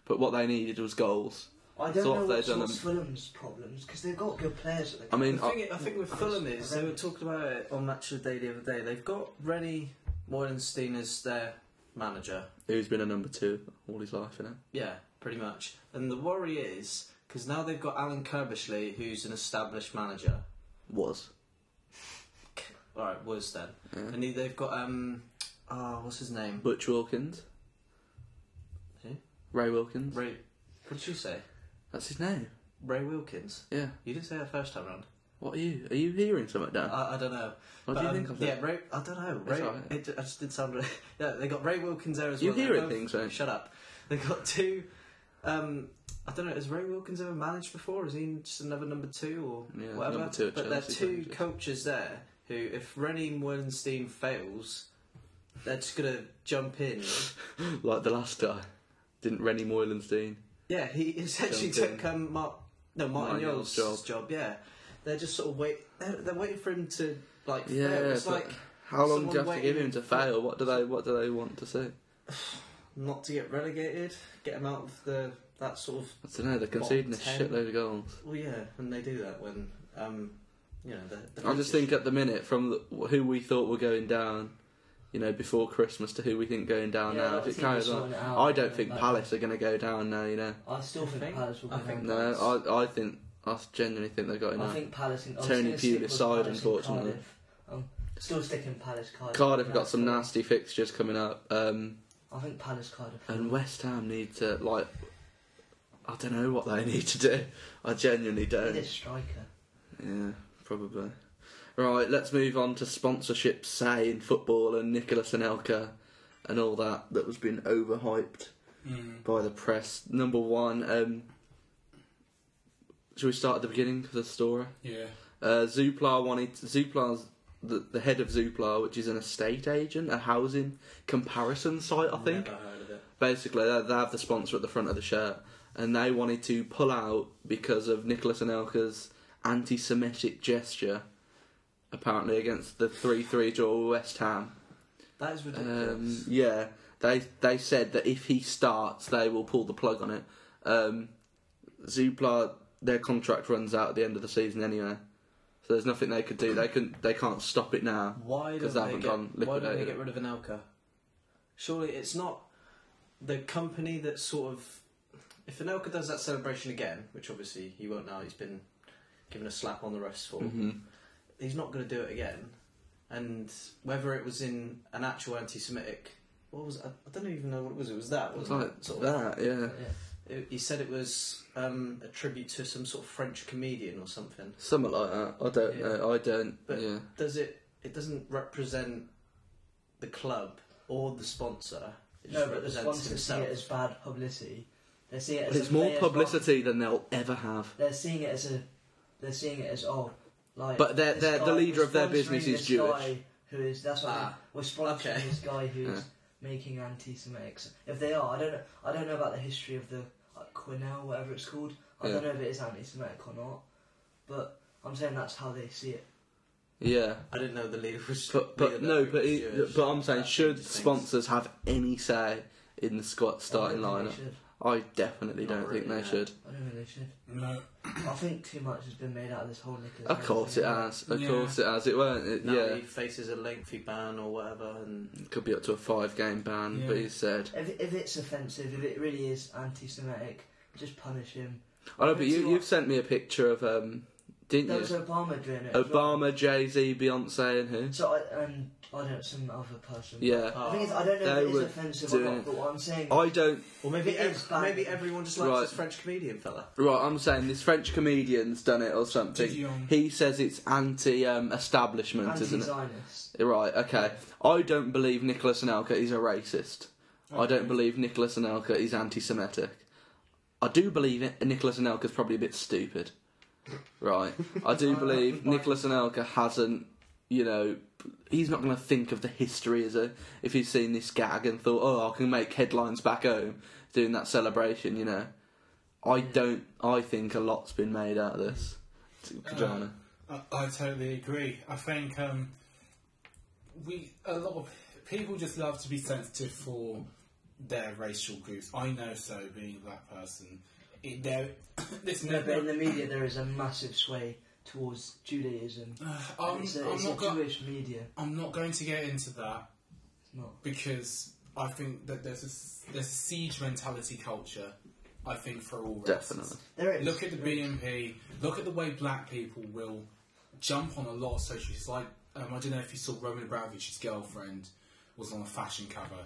A: but what they needed was goals.
C: I don't
A: sort
C: know
A: of they've
C: what's
A: done
C: what's
A: a-
C: Fulham's problems because they've got good players. At the
A: I mean,
D: The thing I, I think with Fulham is they were talking about it on Match of the Day the other day. They've got Rennie Moylenstein as their manager.
A: who's been a number two all his life, innit?
D: Yeah, pretty much. And the worry is because now they've got Alan Kirbishley, who's an established manager.
A: Was.
D: All right, was then, and he- they've got um, ah, what's his name?
A: Uh, Butch Wilkins.
D: Who?
A: Ray Wilkins.
D: Ray. What did you say?
A: That's his name.
D: Ray Wilkins.
A: Yeah.
D: You didn't say that first time round.
A: What are you? Are you hearing something, Dan?
D: I, I don't know.
A: What do
D: But,
A: you
D: Uh, um,
A: think of
D: Yeah,
A: that?
D: Ray. I don't know.
A: It's
D: Ray.
A: alright.
D: It, ju- I just did sound. Really, yeah, they got Ray Wilkins there as
A: You
D: well. They're
A: hearing
D: both-
A: things, right?
D: Shut up. They got two. Um, I don't know. Has Ray Wilkins ever managed before? Is he just another number two or
A: Yeah,
D: whatever?
A: number two at
D: but there are
A: Chelsea,
D: two
A: manager.
D: coaches there who, if Rennie Wernstein fails, they're just gonna jump in.
A: like the last guy. Didn't Rennie Moylanstein?
D: yeah, he essentially
A: Jump in.
D: took um, Mark. No,
A: Martin
D: Martin Yole's
A: Yole's
D: job. Yeah, they're just sort of wait. They're, they're waiting for him to like.
A: Yeah,
D: fail. it's
A: but
D: like.
A: How long
D: Someone
A: do you have to give
D: waiting
A: him to
D: for-
A: fail? What do they What do they want to see?
D: not to get relegated, get them out of the that sort of.
A: I don't know. They're conceding a
D: Bottom ten.
A: shitload of goals.
D: Well, yeah, and they do that when um, you know. The, the
A: I just think at the minute, from the, who we thought were going down you know, before Christmas to who we think going down
C: Yeah,
A: now.
C: I
A: If it
C: think
A: carries
C: we're
A: on,
C: sorting it out.
A: I don't think
C: Like-
A: Palace are going to go down now. You know,
C: I still think,
D: think-
C: Palace will
D: I
C: go
D: think-
C: down.
A: no, I I think I genuinely think they've got
C: I
A: enough.
C: think Palace and I'm
A: Tony
C: still sticking
A: Pulis
C: with
A: side,
C: Palace and
A: unfortunately.
C: Cardiff. I'm still sticking Palace Cardiff.
A: Cardiff have got
C: That's
A: some
C: all.
A: nasty fixtures coming up, um,
C: I think Palace Cardiff.
A: and West Ham need to like. I don't know what they need to do. I genuinely
C: They
A: don't.
C: need a striker.
A: Yeah, probably. Right, let's move on to sponsorship, say in football and Nicholas Anelka and all that that was being overhyped
B: Mm.
A: by the press. Number one, um, should we start at the beginning of the story?
B: Yeah.
A: Uh, Zoopla wanted Zoopla's the, the head of Zoopla, which is an estate agent, a housing comparison site, I think
D: Never heard of it.
A: basically they, they have the sponsor at the front of the shirt and they wanted to pull out because of Nicholas Anelka's anti-Semitic gesture apparently against the 3-3 draw with West Ham
D: That is ridiculous.
A: um, yeah they they said that if he starts they will pull the plug on it um, Zupla their contract runs out at the end of the season anyway so there's nothing they could do they can they can't stop it now
D: why don't
A: 'Cause they
D: they,
A: haven't
D: get,
A: gone
D: why don't they
A: liquidated.
D: get rid of an Elka? Surely it's not the company that sort of. If an Elka does that celebration again, which obviously he won't now, he's been given a slap on the wrist for,
A: Mhm.
D: he's not going to do it again. And whether it was in an actual anti Semitic. What was it? I I don't even know what it was. It was that,
A: It's
D: wasn't
A: like
D: it? Sort of-
A: that yeah
C: Yeah.
D: it- He said it was um, a tribute to some sort of French comedian or something.
A: something like that I don't
D: Yeah.
A: know I don't
D: But-
A: yeah
D: does it it doesn't represent the club or the sponsor. It
C: No,
D: just
C: but the
D: represents
C: sponsors see
D: himself.
C: it as bad publicity. They see it as
A: But it's
C: a
A: more
C: player's
A: publicity than they'll ever have.
C: wrong. They're seeing it as a. They're seeing it as oh, like.
A: But they're-
C: this
A: they're- the
C: guy-
A: leader
C: we're
A: of their business
C: sponsoring
A: is
C: this
A: Jewish.
C: Guy who is that's what I mean.
D: Ah,
C: we're sponsoring
D: okay.
C: this guy who's
A: Yeah.
C: making anti-Semitics. If they are, I don't know. I don't know about the history of the like, Quinnell, whatever it's called. I
A: Yeah.
C: don't know if it is anti-Semitic or not. But I'm saying that's how they see it.
A: Yeah.
D: I didn't know the leader was.
A: But,
D: leader
A: but
D: that
A: no,
D: was
A: but, he,
D: Jewish.
A: but I'm saying,
D: That
A: should
D: changes things.
A: sponsors have any say in the squad starting
C: I don't
A: lineup?
C: think they should.
A: I definitely
D: Not
A: don't think
D: really,
A: they
D: yeah.
A: should.
C: I don't think they should.
B: No.
C: I think too much has been made out of this whole Nicholas.
A: Of course it has. Of
B: Yeah.
A: course it has. It won't. It,
D: Now
A: yeah.
D: he faces a lengthy ban or whatever, and
A: Could be up to a five game ban, but
B: Yeah.
A: he said.
C: If, if it's offensive, if it really is anti-Semitic, just punish him.
A: I know, but
C: It's
A: you,
C: not-
A: you've sent me a picture of, um,
C: There
A: didn't
C: was
A: you?
C: Obama doing it. as well.
A: Obama, Jay Z, Beyonce, and who?
C: So I and I don't some other person.
A: Yeah.
C: I, think it's, I don't know
A: They
C: if it is
A: were
C: offensive or
A: doing
C: not,
A: it.
C: but what I'm saying,
A: I don't.
D: or maybe
C: It is
D: ev-
C: banned.
D: maybe everyone just likes
A: Right.
D: this French comedian fella.
A: Right, I'm saying this French comedian's done it or
B: Did
A: something.
B: you, um,
A: He says it's anti um, establishment, isn't it?
C: anti-Zionist.
A: Right, okay. I don't believe Nicholas Anelka is a racist. I
B: Okay.
A: don't believe Nicholas Anelka is anti Semitic. I do believe it, Nicholas Anelka's probably a bit stupid. Right. I do believe Nicholas Anelka hasn't, you know, he's not going to think of the history, is he? If he's seen this gag and thought, oh, I can make headlines back home doing that celebration, you know. I
B: Hmm.
A: don't, I think a lot's been made out of this.
B: Uh,
A: Kajana.
B: I, I totally agree. I think um, we a lot of people just love to be sensitive for their racial groups. I know so, being a black person. It, there, this
C: No, but in
B: never.
C: the media there is a massive sway towards Judaism.
B: I'm,
C: it's a,
B: I'm
C: it's
B: not
C: a
B: go-
C: Jewish media.
B: I'm not going to get into that
C: It's not.
B: because I think that there's a, s- there's a siege mentality culture. I think for all races.
A: Definitely.
C: There is.
B: Look at the
C: there is.
B: BNP. Look at the way black people will jump on a lot of social. It's like um, I don't know if you saw Roman Abramovich's girlfriend was on a fashion cover,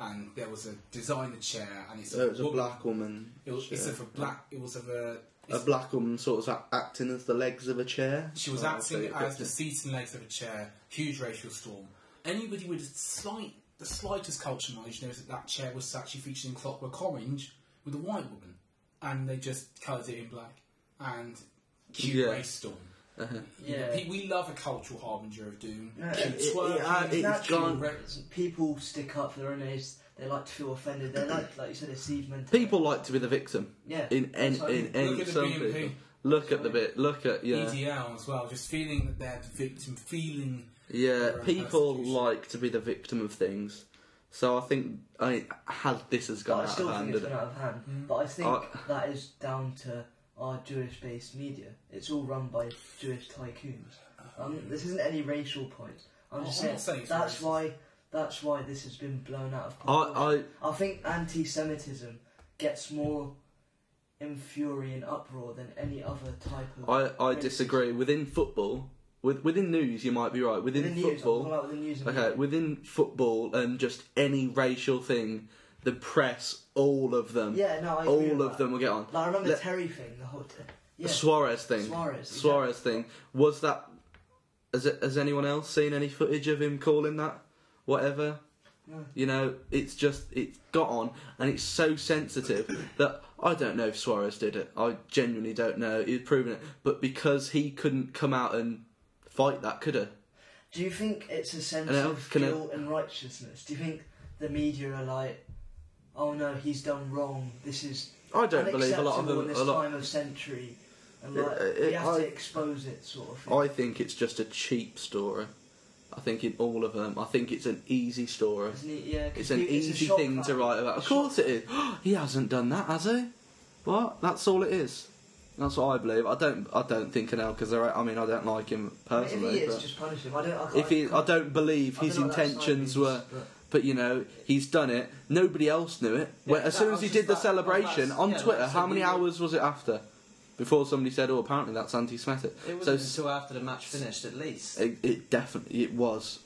B: and there was a designer chair, and it's
A: It was a
B: woman-
A: black woman.
B: It was, it's
A: Yeah.
B: of a black. It was of a.
A: a
B: it's-
A: black woman sort of a- acting as the legs of a chair.
B: She was
A: Oh,
B: acting
A: okay,
B: as the
A: good.
B: seat and legs of a chair. Huge racial storm. Anybody with a slight, the slightest culture knowledge knows that that chair was actually featured in Clockwork Orange with a white woman, and they just coloured it in black. And huge
A: Yeah.
B: race storm.
C: Yeah.
B: Pe- We love a cultural harbinger of doom.
C: No,
B: Cute
C: it- it-
B: twerking,
A: it- uh, it's
B: natural
A: gone-
B: re-
C: people stick up for their own age. They like to feel offended. They like, like you said, a siege mentality.
A: People like to be the victim.
C: Yeah.
A: In in
C: That's what I
A: in,
C: mean.
A: in
B: Look at the
A: some
B: BNP.
A: people. Look at the bit. Look at yeah
B: EDL E as well. Just feeling that they're the victim, feeling
A: yeah.
B: Or
A: People
B: prostitution.
A: like to be the victim of things. So I think I had this has
C: But
A: gone
C: I
A: out
C: still
A: of
C: think
A: hand. Uh,
C: it's been
A: and-
C: out of hand. But I think
A: I-
C: that is down to our Jewish-based media. It's all run by Jewish tycoons. Um, this isn't any racial point. I'm
B: Oh,
C: just
B: I'm
C: saying
B: not saying it's
C: that's
B: racist.
C: why That's why this has been blown out of
A: I,
C: proportion.
A: I
C: I think anti-Semitism gets more in fury and uproar than any other type of.
A: I, I
C: racism.
A: disagree. Within football, with, within news, you might be right. Within,
C: Within news, I'm
A: football,
C: talking about within news and
A: okay,
C: media.
A: within football and just any racial thing, the press, all of them,
C: Yeah, no, I agree
A: all
C: with
A: of
C: that.
A: them will get on.
C: Like, I remember
A: Let-
C: Terry thing the whole time. Yeah.
A: The Suarez thing,
C: Suarez,
A: Suarez thing. Was that? Has, it, has anyone else seen any footage of him calling that? Whatever.
C: No.
A: You know, it's just it's got on, and it's so sensitive that I don't know if Suarez did it. I genuinely don't know. He's proven it, but because he couldn't come out and fight that, could he?
C: Do you think it's a sense
A: Hello?
C: of
A: Can I-
C: guilt and righteousness? Do you think the media are like, oh no, he's done wrong. This is
A: I don't believe a lot of
C: unacceptable
A: them.
C: in this
A: A lot.
C: time of century, and
A: It-
C: like,
A: it-
C: we have
A: I-
C: to expose it, sort of. Thing.
A: I think it's just a cheap story. I think in all of them, I think it's an easy story.
C: Isn't it? Yeah, 'cause
A: It's an
C: pe- a
A: easy
C: shock
A: thing to
C: factor.
A: write about. Of course it is. he hasn't done that, has he? What? That's all it is. That's what I believe. I don't. I don't think an because I mean, I don't like him
C: I mean,
A: personally.
C: if he is,
A: but
C: just punish him. I don't. I can't,
A: if he,
C: can't-
A: I don't believe
C: I don't
A: his
C: know what that side
A: intentions
C: means,
A: were.
C: but-
A: But you know, he's done it. Nobody else knew it. Well,
D: Yeah,
A: as
D: that-
A: soon
D: I
A: as
D: was
A: he
D: just
A: did the
D: about-
A: celebration
D: that's-
A: on
D: yeah,
A: Twitter,
D: that's
A: how
D: the
A: many
D: weird-
A: hours was it after? Before somebody said, "Oh, apparently that's anti-Semitic."
D: It
A: So
D: wasn't until after the match finished, at least.
A: It, it definitely it was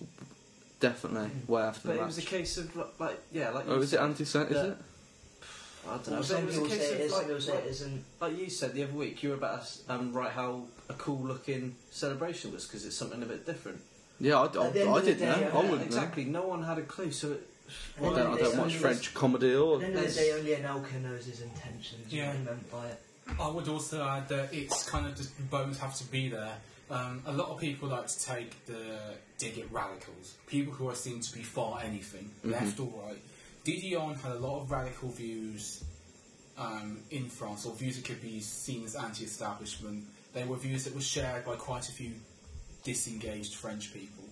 A: definitely way after
D: But
A: the
D: it
A: match.
D: was a case of li- like, yeah, like.
A: oh,
D: you
A: is it
D: said,
A: anti-Semitic? Is
D: that-
A: it?
D: I don't know.
C: Well,
D: But it
C: some
D: was a
C: people say
D: case
C: it
D: of
C: is. Some
D: like,
C: people say
D: like,
C: it isn't.
D: like you said the other week, you were about to s- um, write how a cool looking celebration was because it's something a bit different.
A: Yeah, I, I,
C: At the end
A: I
C: of the
A: didn't
C: day,
A: know.
C: yeah,
A: I wouldn't
D: exactly. No one had a clue. So it,
A: know. I
C: And then
A: don't, I
C: they
A: don't
C: say
A: watch
C: it's-
A: French comedy or.
C: At the end of the
D: There's-
C: day, only Anelka knows his intentions. Yeah.
B: Yeah.
C: What he meant by it.
B: I would also add that it's kind of just bones have to be there. Um, a lot of people like to take the dig at radicals, people who are seen to be for anything, left or right. Didi Arm had a lot of radical views um, in France, or views that could be seen as anti-establishment. They were views that were shared by quite a few disengaged French people.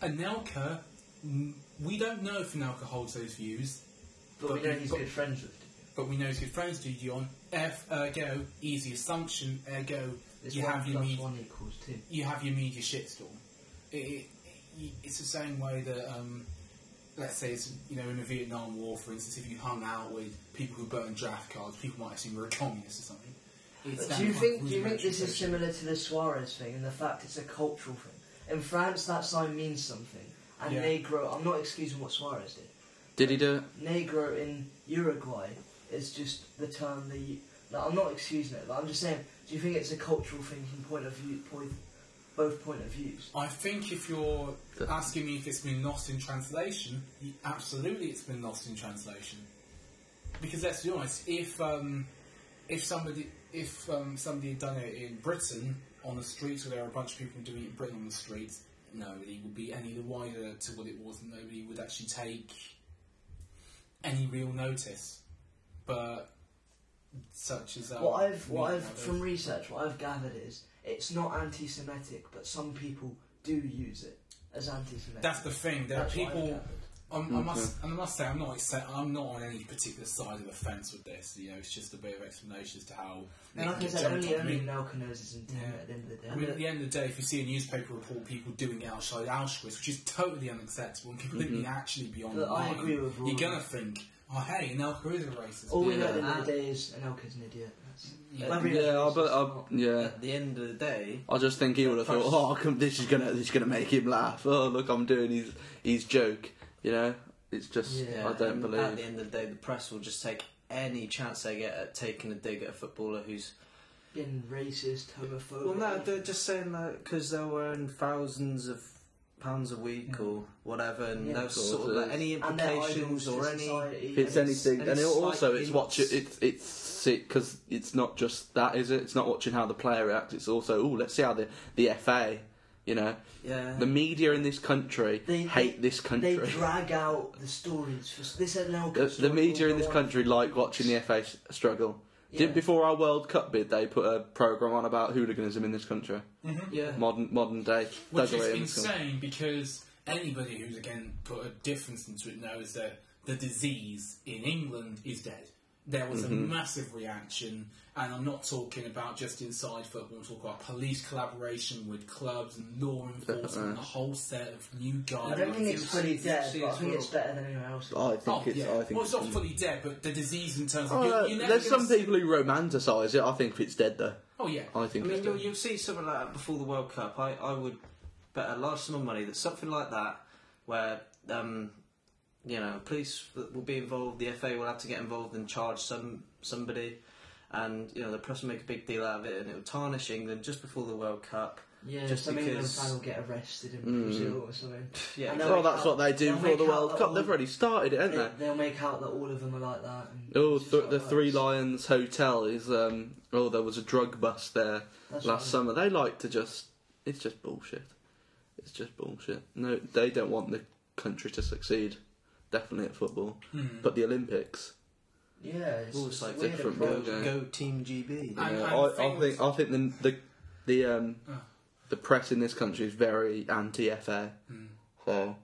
B: Anelka, n- we don't know if Anelka holds those views,
C: But we
B: But-
C: know he's
B: but-
C: good friends with.
B: but we know it's good friends to Dion. F ergo, easy assumption, ergo,
C: It's
B: you
C: one
B: have, your
C: plus
B: med-
C: one equals two.
B: you have your media shitstorm. It, it, it- it's the same way that, um, let's say, it's, you know, in the Vietnam War, for instance, if you hung out with people who burned draft cards, people might assume you were a communist or something. It's
C: But
B: that
C: do you
B: kind of
C: think do you think
B: rudimentary
C: this is
B: social-
C: similar to the Suarez thing and the fact it's a cultural thing? In France, that sign means something, and
B: Yeah.
C: Negro. I'm not excusing what Suarez did.
A: Did he do it?
C: Negro in Uruguay is just the term that. You, like, I'm not excusing it, but I'm just saying. Do you think it's a cultural thing from point of view, point, both point of views?
B: I think if you're asking me if it's been lost in translation, y- absolutely it's been lost in translation. Because let's be honest, if um, if somebody if um, somebody had done it in Britain on the streets, or there are a bunch of people doing it in Britain on the streets, nobody would be any the wider to what it was, and nobody would actually take any real notice. But such as um,
C: What I've, what
B: media
C: I've
B: nowadays.
C: from research, what I've gathered is it's not anti-Semitic, but some people do use it as anti-Semitic.
B: that's the thing. There
C: That's
B: are
C: what I've
B: people.
C: gathered.
B: I'm, I must. I must say, I'm not. Accept, I'm not on any particular side of the fence with this. You know, it's just a bit of explanation as to how.
C: And like I
B: it
C: said,
B: jumped
C: only,
B: on
C: only
B: me.
C: Nelka knows his intent
B: Yeah.
C: at the end of the day.
B: I mean, at the end of the day, if you see a newspaper report people doing it outside Auschwitz, which is totally unacceptable, and people didn't actually be on the
C: But I
B: line,
C: agree with all
B: you're
C: of
B: gonna think, oh hey, Anelka is a racist.
C: All we
A: Yeah.
C: know at the end of the day is Anelka's an idiot. That's-
A: Mm.
B: Yeah.
C: Whether he
A: Yeah, I,
C: knows
A: but
C: this or
A: I,
C: not.
A: yeah.
D: at the end of the day,
A: I just think he would have thought,
D: First-
A: oh, come, this is gonna, this is gonna make him laugh. Oh, look, I'm doing his, his joke. You know, it's just,
C: Yeah,
A: I don't
D: um, At
A: believe.
D: the end of the day, the press will just take any chance they get at taking a dig at a footballer who's.
C: Being racist, homophobic.
D: Well, no, they're just saying that because they'll earn thousands of pounds a week or whatever, and
C: Yeah.
D: they'll
C: Of
A: course,
D: sort of
A: it
D: like
A: is.
D: any
C: and their idols
D: implications
C: to
D: or any.
C: society.
A: If it's
D: and it's-
A: anything,
D: and
A: and it
D: it's
A: also
D: like
A: it's
D: in-
A: watch it. It's it's sick because it's not just that, is it? It's not watching how the player reacts. It's also, oh, let's see how the the FA, you know,
D: Yeah.
A: the media in this country
C: They-
A: hate this
C: They
A: country.
C: drag out the stories. For, this Anelka.
A: The, the
C: story
A: media
C: all
A: in this
C: the
A: country like watching the FA s- struggle.
C: Yeah.
A: Did before our World Cup bid, they put a program on about hooliganism in this country,
D: yeah.
A: modern modern day
B: Which
A: thuggery
B: is
A: in this country.
B: insane because anybody who's again put a difference into it knows that the disease in England is dead. there was a
A: Mm-hmm.
B: massive reaction, and I'm not talking about just inside football. I'm talking about police collaboration with clubs and law
A: Uh-uh.
B: enforcement, and a whole set of new guidelines.
C: I don't think it's fully
D: it's-
C: dead,
D: it's-
C: but I
D: it's
C: think it's
D: well-
C: better than anywhere else.
A: I think
B: Oh,
A: it's.
B: yeah.
A: I think
B: well,
A: it's
B: it's not fully dead, but the disease in terms
A: Mm.
B: of
A: Oh,
B: you're,
A: no,
B: you're never
A: there's
B: gonna
A: some
B: see-
A: people who romanticise it. I think it's dead though.
B: Oh yeah,
A: I think
D: I mean,
A: it's
D: you'll,
A: dead.
D: you'll see something like that before the World Cup. I, I would bet a large sum of money that something like that, where um, you know police w- will be involved, the FA will have to get involved and charge some somebody, and you know the press will make a big deal out of it, and it will tarnish England just before the World Cup.
C: Yeah,
D: Just
C: some England
D: because-
C: fan will get arrested in
A: Mm.
C: Brazil or something.
D: Yeah,
C: And they'll
A: Well,
C: make
A: that's
C: out-
A: what they do
C: they'll
A: for
C: make
A: the
C: out
A: World
C: that
A: Cup.
C: all-
A: They've already started it, haven't they?
C: They, will make out that all of them are like that. and
A: Oh,
C: it's just
A: th-
C: how
A: the
C: it
A: Three
C: works.
A: Lions Hotel is. Um, oh, there was a drug bust there
C: That's what I
A: last
C: mean.
A: summer. They like to just. It's just bullshit. It's just bullshit. No, they don't want the country to succeed. Definitely at football,
B: Hmm.
A: but the Olympics.
C: Yeah, it's
D: Well, it's
C: just
D: like
C: a weird
A: different
C: approach.
A: building.
D: go Team GB.
B: And-
A: Yeah,
B: and
A: I,
B: the
A: I
B: thing
A: think. I think the the the um
B: Oh.
A: the press in this country is very anti FA. So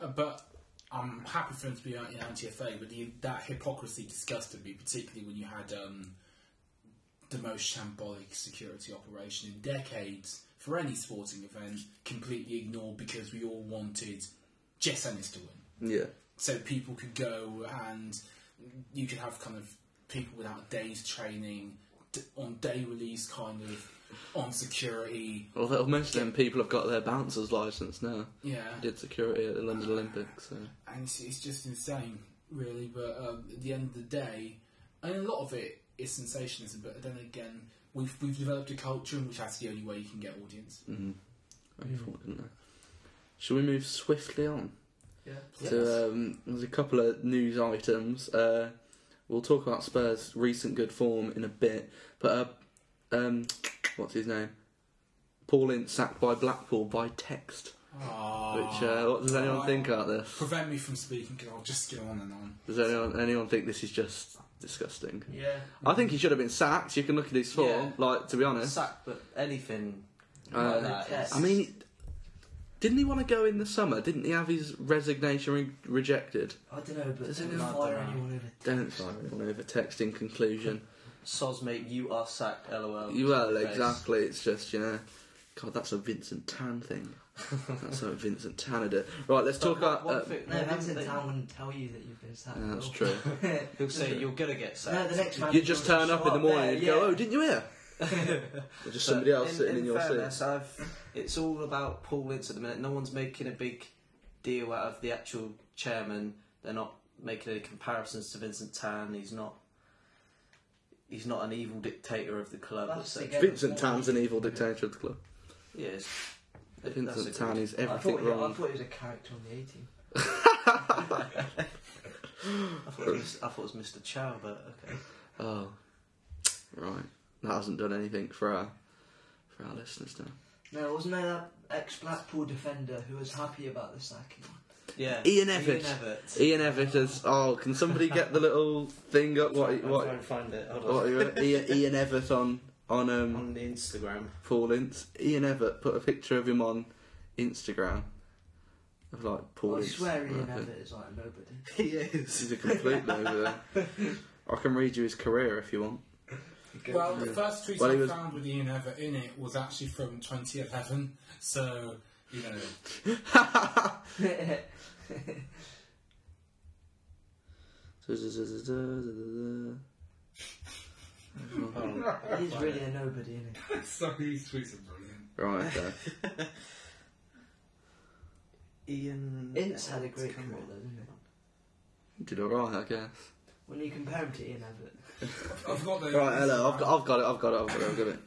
B: Uh, But I'm happy for him to be out in anti-FA, but the, that hypocrisy disgusted me, particularly when you had um, the most shambolic security operation in decades for any sporting event, completely ignored because we all wanted Jess Ennis to win.
A: yeah,
B: So people could go and you could have kind of people without days training, d- on day release kind of, on security,
A: although most of them people have got their bouncers license now.
B: yeah.
A: Did security at the London Olympics. So.
B: and it's, it's just insane, really. But um, at the end of the day, and a lot of it is sensationalism. But then again, we've we've developed a culture in which that's the only way you can get audience.
A: Mm. Unfortunately. Shall we move swiftly on?
C: Yeah.
A: So um, there's a couple of news items. Uh, we'll talk about Spurs' recent good form in a bit, but uh, um, what's his name? Paul Ince sacked by Blackpool by text. Which uh, what does anyone think about this?
B: Ah, Prevent me from speaking because I'll just go on and on.
A: Does anyone anyone think this is just disgusting?
C: Yeah.
A: I think he should have been sacked. You can look at his form.
D: Yeah.
A: Like to be honest,
D: Sack, but anything
A: Uh,
D: like that.
C: yes.
D: is-
A: I mean, didn't he want to go in the summer? Didn't he have his resignation re- rejected?
C: I don't know, but
A: Does
C: don't
B: anyone-
C: fire anyone over.
A: Don't fire anyone over text in conclusion.
D: Soz mate, you are sacked. LOL.
A: You well,
D: Face.
A: exactly. It's just, you know, God, that's a Vincent Tan thing. that's a Vincent Tanner did. Right, let's
D: But
A: talk
D: one-
A: about.
D: one
A: uh,
D: thing-
C: No,
D: they
C: Vincent
D: haven't-
C: Town wouldn't tell you that you've been sacked.
A: yeah, that's
C: will
A: true.
D: He'll say you're gonna get
C: they? no,
D: sacked.
C: the next man.
A: You just turn up in the morning and go, "Oh, didn't you hear?" Or just
D: But
A: somebody else sitting in, your
D: fairness,
A: seat.
D: I've, it's all about Paul Wince at the minute. No one's making a big deal out of the actual chairman. They're not making any comparisons to Vincent Tan. He's not. He's not an evil dictator of the club.
C: That's
D: etc.
C: again-
A: Vincent Tan's an evil dictator of the club.
D: Yeah, it's- that's a
A: Vincent
D: good-
A: Tan is
C: I thought,
A: everything
C: he, I
A: wrong.
C: thought he was a character on the A team.
D: I thought, it was, I thought it was Mr. Chow, but okay.
A: Oh, right. That hasn't done anything for our for our listeners now.
C: No, wasn't there that ex-Blackpool defender who was happy about the sacking?
D: Yeah,
A: Ian Evatt. Ian Evatt has. Oh, can somebody get the little thing up? What?
D: I'm
A: What?
D: trying to find it. Hold on.
A: what Ian, Ian Evatt on on um
D: on the Instagram.
A: Paul Ince. Ian Evatt put a picture of him on Instagram of like Paul.
C: I
A: Ince,
C: swear, Ian
A: I think.
C: Evatt is like nobody.
D: He is.
A: This is a complete no there. I can read you his career if you want.
B: Well, the first tweet
A: Well,
B: I
A: he was-
B: found with Ian Evatt in it was actually from 2011. So you know,
C: He's really a nobody, isn't he?
B: some of these tweets are brilliant.
A: Right. Okay.
D: Ian.
C: Ince had a
D: Evatt,
C: great
D: come
C: career,
D: on.
C: though, didn't he?
A: Did alright, I guess.
C: When you compare him to Ian Evatt,
B: I've got the
A: Right, hello. I've got, I've got it. I've got it. I've got it. I've got it.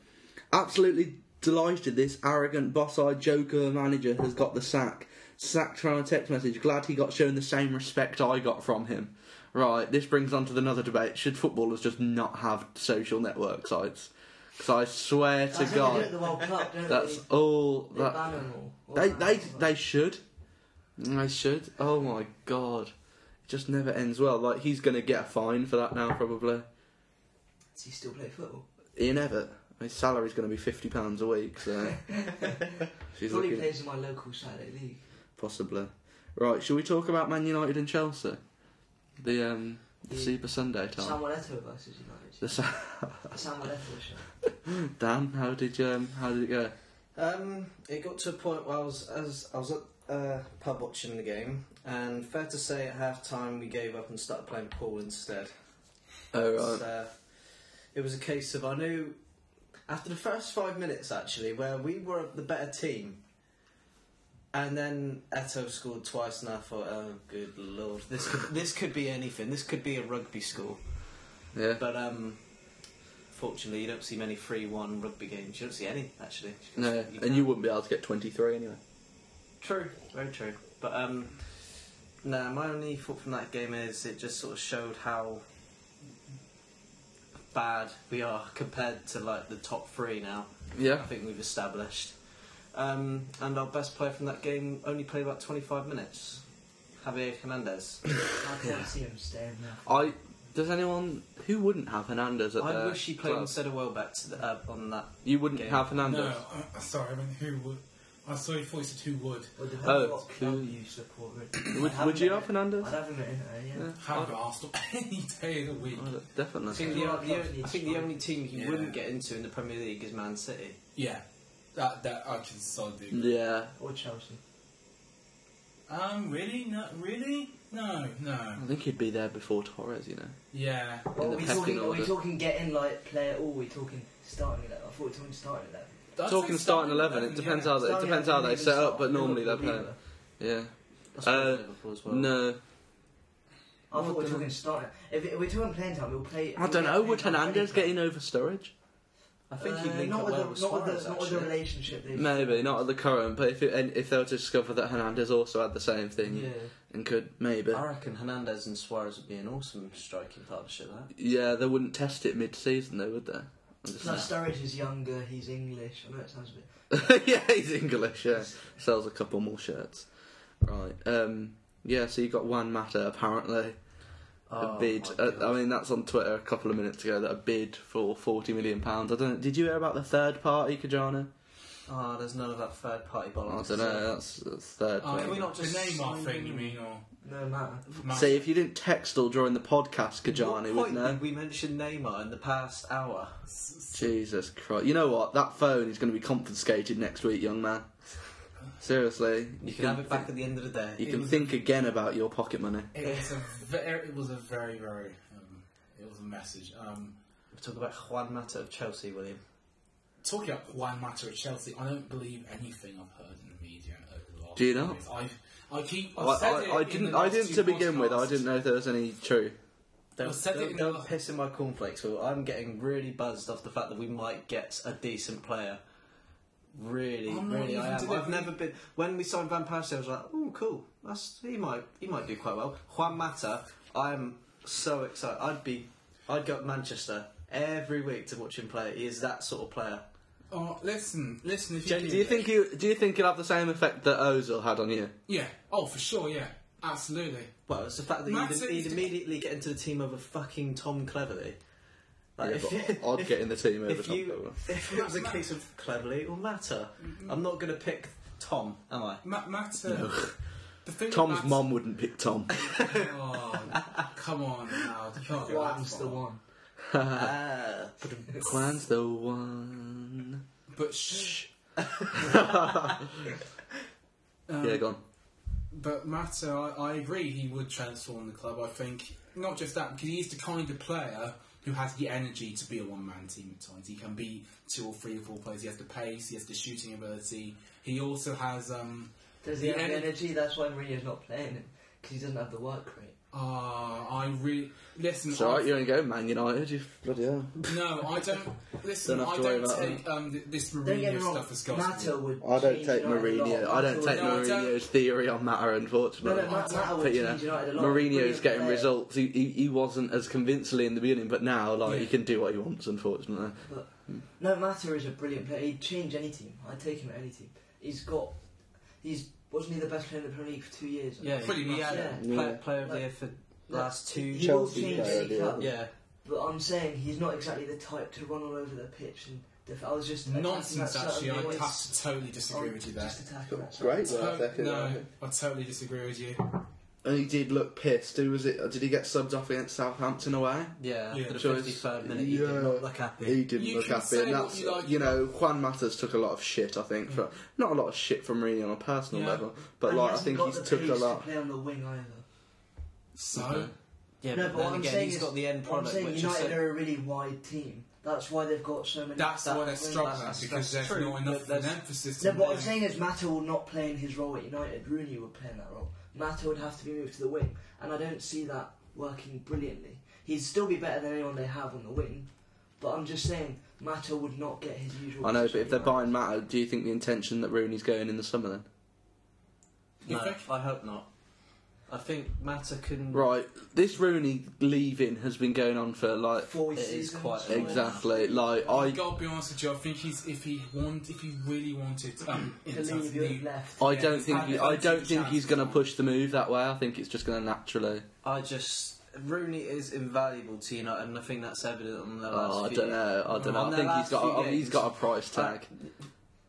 A: Absolutely delighted. This arrogant, boss-eyed joker manager has got the sack. Sacked from a text message. Glad he got shown the same respect I got from him. Right. This brings on to another debate. Should footballers just not have social network sites? Because I swear to
C: that's how they do it
A: God,
C: at the World Cup, don't
A: that's
C: they?
A: all
C: They
A: that
C: ban them all. Or
A: they
C: ban
A: they
C: them all.
A: they should. They should. Oh my god. It just never ends well. Like he's gonna get a fine for that now probably.
C: Does he still play football?
A: Ian Evatt. His salary's gonna be fifty pounds a week, so she's
C: Probably
A: looking
C: plays in my local Saturday league.
A: possibly. Right, shall we talk about Man United and Chelsea? The um
C: The
A: Super Sunday time.
C: Samuel Eto'o versus United.
A: The Sa-
C: The Samuel Eto'o show.
A: Dan, how did you, um, how did it go?
D: Um, it got to a point where I was as I was at uh, pub watching the game, and fair to say, at half time we gave up and started playing pool instead.
A: Oh
D: So, uh, it was a case of I knew after the first five minutes actually where we were the better team, and then Eto scored twice, and I thought, oh good lord, this could, this could be anything. This could be a rugby school.
A: yeah.
D: But um, fortunately, you don't see many three-one rugby games. You don't see any actually.
A: No,
D: can't-
A: and you wouldn't be able to get 23 anyway.
D: True, very true. But um, no, my only thought from that game is it just sort of showed how bad we are compared to like the top three now. I
A: Yeah.
D: think we've established. Um, and our best player from that game only played about 25 minutes. Javier Hernandez.
C: I can't see him staying there.
A: I does anyone who wouldn't have Hernandez at
D: I
A: their
D: wish he played
A: club?
D: instead of Welbeck to the- uh, on that.
A: You wouldn't
D: game.
A: have Hernandez.
B: No, I, sorry, I mean, who would? I saw you thought you said who would.
C: Well, depends
A: Oh,
C: what club
A: who-
C: you support. really. I'd
A: Would,
C: have
A: would
C: him
A: you
C: in
A: have
C: it.
A: Fernandez?
C: I'd have him in there, yeah.
A: Yeah.
B: Have Arsenal any day of the week.
A: I'd- I'd-
D: I think
A: definitely.
D: the,
C: Yeah.
D: the- I think the only team he
B: Yeah.
D: wouldn't get into in the Premier League is Man City.
B: Yeah, that that I can solidly. agree.
A: Yeah,
C: Or Chelsea.
B: Um, really? No, really? No, no.
A: I think he'd be there before Torres. You know.
B: Yeah.
C: Well,
A: the
C: are, we
A: pecking
C: talking, are we
A: order.
C: talking getting like player or are we talking starting eleven? I thought we were talking starting eleven.
B: I'd
A: Talking
B: say
A: starting eleven. It depends
B: yeah.
A: how they, it
C: Starting
A: depends
C: 11,
A: how they
C: even
A: set up,
C: start
A: but normally they're
C: Liverpool
A: playing.
C: either.
A: Yeah.
D: I suppose
A: Uh,
D: Liverpool as well.
A: No,
C: I thought we were talking starting. If, if we're talking playing time, we'll play.
A: I
C: we'll
A: don't
C: get
A: know. Would
C: playing time
A: Hernandez
C: anyway.
A: get in over Sturridge?
D: I think
C: Uh,
D: he'd link
C: not
D: up
C: with
D: well
C: the-
D: with
C: not with the-
D: Suarez,
C: not with the
D: actually.
C: relationship. they've-
A: Maybe not at the current, but if it, and if they'll discover that Hernandez also had the same thing
C: Yeah.
A: and could maybe.
D: I reckon Hernandez and Suarez would be an awesome striking partnership. That
A: Yeah, they wouldn't test it mid-season, though, would they? I'm just
C: No,
A: saying.
C: Sturridge is younger. He's English. I know it sounds a bit.
A: yeah, he's English. Yeah, sells a couple more shirts. Right. Um, yeah. So you got Juan Mata apparently a bid.
D: Oh my
A: uh, I
D: God.
A: mean, that's on Twitter a couple of minutes ago. That a bid for forty million pounds. I don't. Did you hear about the third party, Kajana? uh,
D: Ah, there's none of that third party
A: I
D: bollocks.
A: don't know. That's, that's third.
B: Oh,
A: party.
D: Can we not just
B: the Neymar
D: sign-
B: thing? You mean or
C: No matter.
A: See, if you didn't text all during the podcast,
D: What
A: Kajani would
D: point
A: know.
D: did we mention Neymar in the past hour?
A: Jesus Christ! You know what? That phone is going to be confiscated next week, young man. Seriously,
D: You can have it back at the end of the day.
A: You can
B: was-
A: think again about your pocket money.
B: It was a very, it was a very, very, um, it was a message. Um,
D: We're talking about Juan Mata of Chelsea, William.
B: talking about Juan Mata at Chelsea, I don't believe anything I've heard in the media over the last.
A: Do you
B: few
A: not?
B: days. I, I keep.
A: I,
B: I've said
A: I,
B: it
A: I
B: in
A: didn't.
B: the
A: I
B: last
A: didn't
B: two
A: to begin with. I
B: podcasts.
A: didn't know if there was any true.
D: Don't,
B: said it
D: don't,
B: in
D: don't
B: the-
D: piss in my cornflakes. Will. I'm getting really buzzed off the fact that we might get a decent player. Really,
B: I'm not
D: really, I
B: even
D: am.
B: delivering-
D: I've never been. When we signed Van Persie, I was like, "Oh, cool. That's he might he might do quite well." Juan Mata, I'm so excited. I'd be, I'd go to Manchester every week to watch him play. He is that sort of player.
B: Oh, listen, listen. If you
A: Do you think you? Do you think it'll have the same effect that Ozil had on you?
B: Yeah. Oh, for sure. Yeah. Absolutely.
D: Well, it's the fact that
B: Mata's-
D: he'd, he'd immediately get into the team over fucking Tom Cleverley.
A: Yeah,
D: Like, if-
A: but I'd get in the team over
D: if
A: Tom
D: you
A: Cleverley.
D: if it was a case of cleverly or matter,
C: Mm-hmm.
D: I'm not going to pick Tom, am I?
B: Ma- Mata. The thing
A: Tom's
B: with Mata-
A: mum wouldn't pick Tom.
B: Oh, come on now. You can't go that
C: Juan's the
B: far.
C: one.
A: Uh,
D: Ah,
A: Juan's the one.
B: But shh. um,
A: Yeah, gone.
B: But Mata, I, I agree, he would transform the club. I think not just that, because he's the kind of player who has the energy to be a one-man team at times. He can be two or three or four players. He has the pace. He has the shooting ability. He also has um.
C: Does he
B: The
C: have the
B: ener-
C: energy? That's why Mourinho's not playing him because he doesn't have the work rate.
B: Ah, I really listen.
A: It's alright,
B: I-
A: you ain't going Man United. You bloody hell.
B: No, I don't listen.
A: Don't have
B: I
A: to worry
B: don't
A: about
B: take um, th- this
C: Don't get
B: Mourinho
C: me wrong.
B: stuff as
C: Mata
B: gospel.
C: would.
A: I don't
C: change
A: take
C: United a lot.
A: Mourinho. I don't
C: Mata
A: take
B: No,
C: would-
B: I don't-
A: Mourinho's theory on matter,
C: No,
A: unfortunately.
C: no, Mata would
A: But you know,
C: change United a lot.
A: Mourinho's
C: Brilliant
A: getting
C: player.
A: results. He, he, he wasn't as convincingly in the beginning, but now like he
B: Yeah.
A: can do what he wants. Unfortunately,
C: No, Mata is a brilliant player. He'd change any team. I'd take him at any team. He's got. He's wasn't he the best player in the Premier League for two years?
D: yeah,
B: Pretty
D: he
B: much,
D: had
C: yeah.
A: Yeah.
D: Player, player of the year for last two.
C: He will
A: Chelsea
C: change
A: player
C: any
A: of the year.
C: club.
D: Yeah,
C: But I'm saying he's not exactly the type to run all over the pitch and. Def- I was just attacking
B: Nonsense.
C: that
B: Actually, I
C: certain
B: have
C: points.
B: to totally disagree
C: Oh,
B: with you there.
C: Just attacking that
A: great
B: To- no, I totally disagree with you.
A: and he did look pissed. Who was it? Did he get subbed off against Southampton away?
D: Yeah,
B: Yeah.
D: after the
A: So it's-
D: 53rd minute, he
A: yeah.
D: did not look happy.
A: He didn't
B: You
A: look
B: can
A: happy,
B: say
A: and
B: what
A: that's
B: you like
A: you know Juan Matas took a lot of shit. I think for not a lot of shit from Mourinho on a personal
B: Yeah.
A: level, but
C: And he
A: like I
C: hasn't
A: think
C: got
A: he's
C: the
A: took a
C: pace to
A: lot.
C: play on the wing either.
B: So
A: Mhm.
D: Yeah,
C: no,
D: but,
C: but
D: then
C: what I'm
D: again,
C: saying
D: he's
C: is-
D: got the end
C: What I'm
D: product,
C: saying
D: which is
C: United
D: so-
C: are a really wide team. That's why they've got so many.
B: that's
C: that
B: why they're
C: wing-
B: struggling
D: that's-
B: because
D: that's
B: there's
D: true,
B: not
D: but
B: enough of an
D: there's-
B: emphasis.
C: No,
B: on
C: but what I'm
B: them.
C: saying is Mata will not play in his role at United. Rooney would play in that role. Mata would have to be moved to the wing, and I don't see that working brilliantly. He'd still be better than anyone they have on the wing, but I'm just saying Mata would not get his usual.
A: I know,
C: minutes
A: but if
C: at
A: they're buying
C: United.
A: Matter, do you think the intention that Rooney's going in the summer then?
B: You
D: No,
B: think?
D: I hope not. I think Mata can.
A: Right, this Rooney leaving has been going on for like
C: four
D: It is
C: seasons,
D: quite a-
A: exactly like I.
B: I gotta be honest with you. I think he's if he want if he really wanted um,
C: the
B: Inter
C: league
B: to
C: you
B: be-
C: have left.
A: I
B: Yeah,
A: don't
B: it's
A: think
B: had
A: he-
B: the
A: I don't
B: advantage
A: think
B: of
A: he's going to
B: chance.
A: push the move that way. I think it's just going to naturally.
D: I just Rooney is invaluable to United, and I think that's evident on the last.
A: Oh, I
D: few
A: don't know. I don't know.
D: On
A: I
D: their
A: think he's
D: last
A: got.
D: few
A: A, oh, he's
D: games.
A: got a price tag.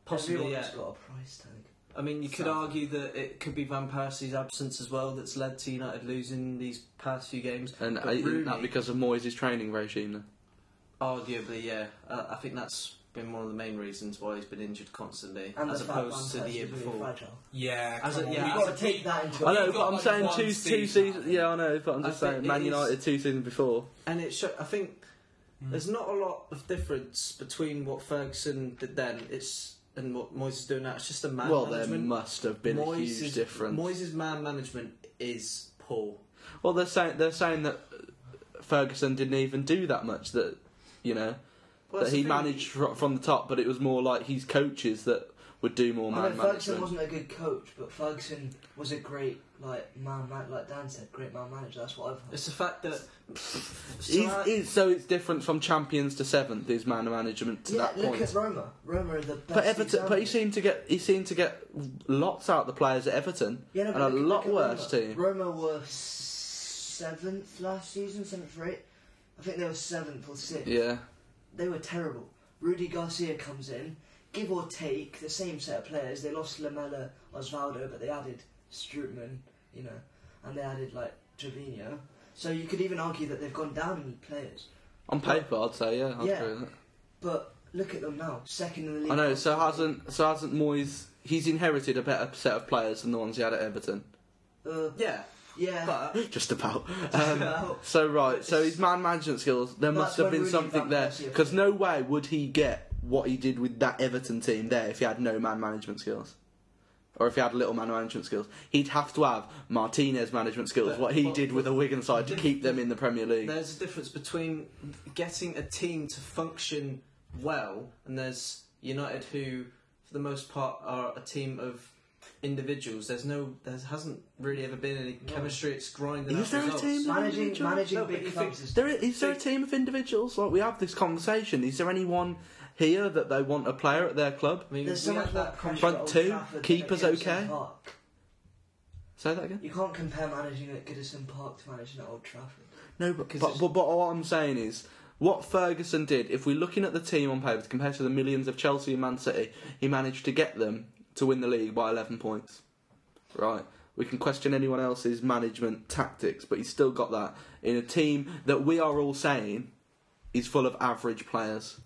D: Possibly,
C: Everyone's
D: yeah.
C: got a price tag.
D: I mean, you could argue that it could be Van Persie's absence as well that's led to United losing these past few games.
A: And
D: But
A: I- isn't that
D: Rooney-
A: because of Moyes' training regime? Then?
D: Arguably, yeah. Uh, I think that's been one of the main reasons why he's been injured constantly,
C: And
D: as
C: the fact
D: opposed to
C: Van
D: the
C: Persie's
D: year
C: really
D: before.
C: fragile.
B: Yeah,
D: As
B: come
D: a-
B: on,
D: yeah,
B: we've
D: as
B: got
C: a-
B: to take that into
A: I
C: You've
A: know,
B: account.
A: but I'm saying two, two seasons. Yeah, I know, but I'm
D: I
A: just
D: think
A: saying
D: it
A: Man
D: is-
A: United two seasons before.
D: And it, sho I think,
A: Hmm.
D: there's not a lot of difference between what Ferguson did then. It's and what Moyes is doing now. It's just a man
A: well, there
D: management.
A: must have been a
D: Moyes'
A: huge difference.
D: Moyes' man management is poor.
A: Well, they're saying they're saying that Ferguson didn't even do that much. That you know
D: Well,
A: that
D: that's
A: he
D: the thing.
A: managed fro- from the top, but it was more like his coaches that would do more
C: I
A: man
C: know
A: management.
C: Ferguson wasn't a good coach, but Ferguson was a great like man, man like Dan said, great man manager. That's what I've heard.
D: It's the fact that.
A: Is, is, so it's different from champions to seventh is man management to
C: yeah,
A: that
C: look
A: point.
C: at Roma. Roma are the best.
A: But Everton,
C: example.
A: but he seemed to get he seemed to get lots out of the players at Everton,
C: yeah, no,
A: and
C: but
A: a
C: look
A: lot
C: at- look at
A: worse
C: Roma.
A: team.
C: Roma were s- seventh last season, seventh or eighth. I think they were seventh or sixth.
A: Yeah,
C: They were terrible. Rudy Garcia comes in, give or take the same set of players. They lost Lamella, Osvaldo, but they added Strootman, you know, and they added like Jovino. So you could even argue that they've gone down in players.
A: on paper I'd say yeah. I'd
C: Yeah.
A: agree with that.
C: But look at them now, second in the league.
A: I know. So hasn't so hasn't Moyes? He's inherited a better set of players than the ones he had at Everton.
C: Uh,
D: Yeah,
C: yeah.
D: but
A: Just about.
C: Well,
A: So right. So his man management skills. There
C: That's
A: must have
C: when
A: been
C: Rooney
A: something
C: got
A: there
C: Messi.
A: because no way would he get what he did with that Everton team there if he had no man management skills. Or if he had little man management skills, he'd have to have Martinez management skills,
D: But-
A: what he
D: but-
A: did with the Wigan side to keep them in the Premier League.
D: there's a difference between getting a team to function well, and there's United who, for the most part, are a team of individuals. There's no, there hasn't really ever been any chemistry. It's grinding.
A: Is
D: out
A: there a
D: results.
A: team?
C: managing
A: Individual?
C: managing
D: No, but
C: big
D: you
C: clubs
D: think-
C: is
A: There is, is there a team of individuals? Like we have this conversation. Is there anyone here that they want a player at their club?
D: I mean,
C: There's
D: we
C: so much
D: had
C: more
D: that
C: pressure
A: Front
C: at Old
A: two,
C: Trafford
A: keeper's
C: than at Goodison
A: okay.
C: Park.
A: Say that again.
C: You can't compare managing at Goodison Park to managing at Old Trafford.
A: No, but
D: 'Cause
A: but,
D: it's-
A: but, but what I'm saying is what Ferguson did. If we're looking at the team on paper compared to the millions of Chelsea and Man City, he managed to get them to win the league by 11 points. Right. We can question anyone else's management tactics, but he's still got that in a team that we are all saying is full of average players.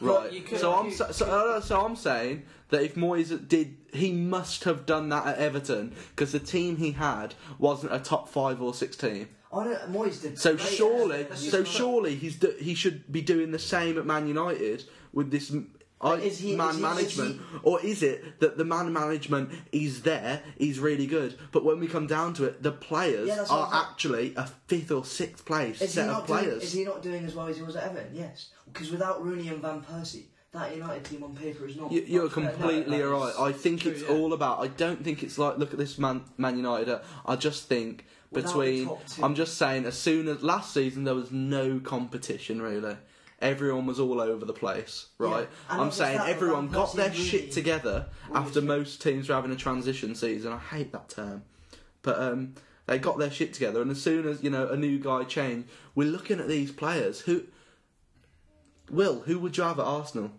D: Well,
A: Right.
D: you could
A: so I'm
D: argue-
A: sa- so, uh, so I'm saying that if Moyes did, he must have done that at Everton because the team he had wasn't a top five or six team.
C: I know Oh, Moyes did.
A: So
C: great at
A: surely,
C: Everton.
A: so surely he's do, he should be doing the same at Man United with this m- I,
C: is he-
A: man
C: is he-
A: management,
C: is he-
A: or is it that the man management is there, is really good, but when we come down to it, the players
C: Yeah, that's what
A: are
C: I'm saying.
A: actually a fifth or sixth place
C: Is he,
A: set of
C: not doing, is
A: players.
C: he not doing as well as he was at Everton? Yes, because without Rooney and Van Persie, that United team on paper is not.
A: You, you're
C: much better.
A: completely
D: that
A: right.
D: is
A: I think
D: true,
A: it's
D: yeah.
A: all about. I don't think it's like look at this man, Man United. uh, I just think
C: Without the
A: between.
C: top two.
A: I'm just saying, as soon as last season there was no competition really. Everyone was all over the place, right?
C: Yeah, and
A: I'm
C: not just
A: saying
C: that, but
A: everyone
C: Van
A: got
C: Persie
A: their
C: really-
A: shit together
C: Always
A: after
C: did.
A: most teams were having a transition season. I hate that term, but um, they got their shit together, and as soon as you know a new guy changed, we're looking at these players who. Will, who would you have at Arsenal?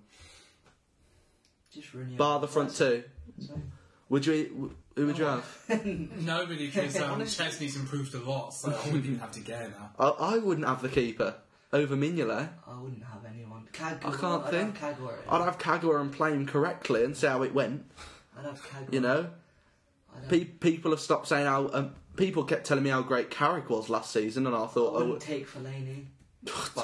C: Just Rooney. and
A: Bar the
C: Van
A: front
C: Persie.
A: two.
C: So-
A: Would you? Who would you have?
B: Nobody, because um, Chesney's improved a lot, so I wouldn't even have to go now.
A: I, I wouldn't have the keeper over Mignolet.
C: I wouldn't have anyone. Kagura.
A: I can't
C: I'd
A: think.
C: Have Kagura.
A: I'd have Kagawa and play him correctly and see how it went.
C: I'd have Kagura.
A: You know,
C: I'd have-
A: Pe- people have stopped saying how. Um, people kept telling me how great Carrick was last season, and I
C: I
A: thought,
C: wouldn't
A: oh,
C: take Fellaini.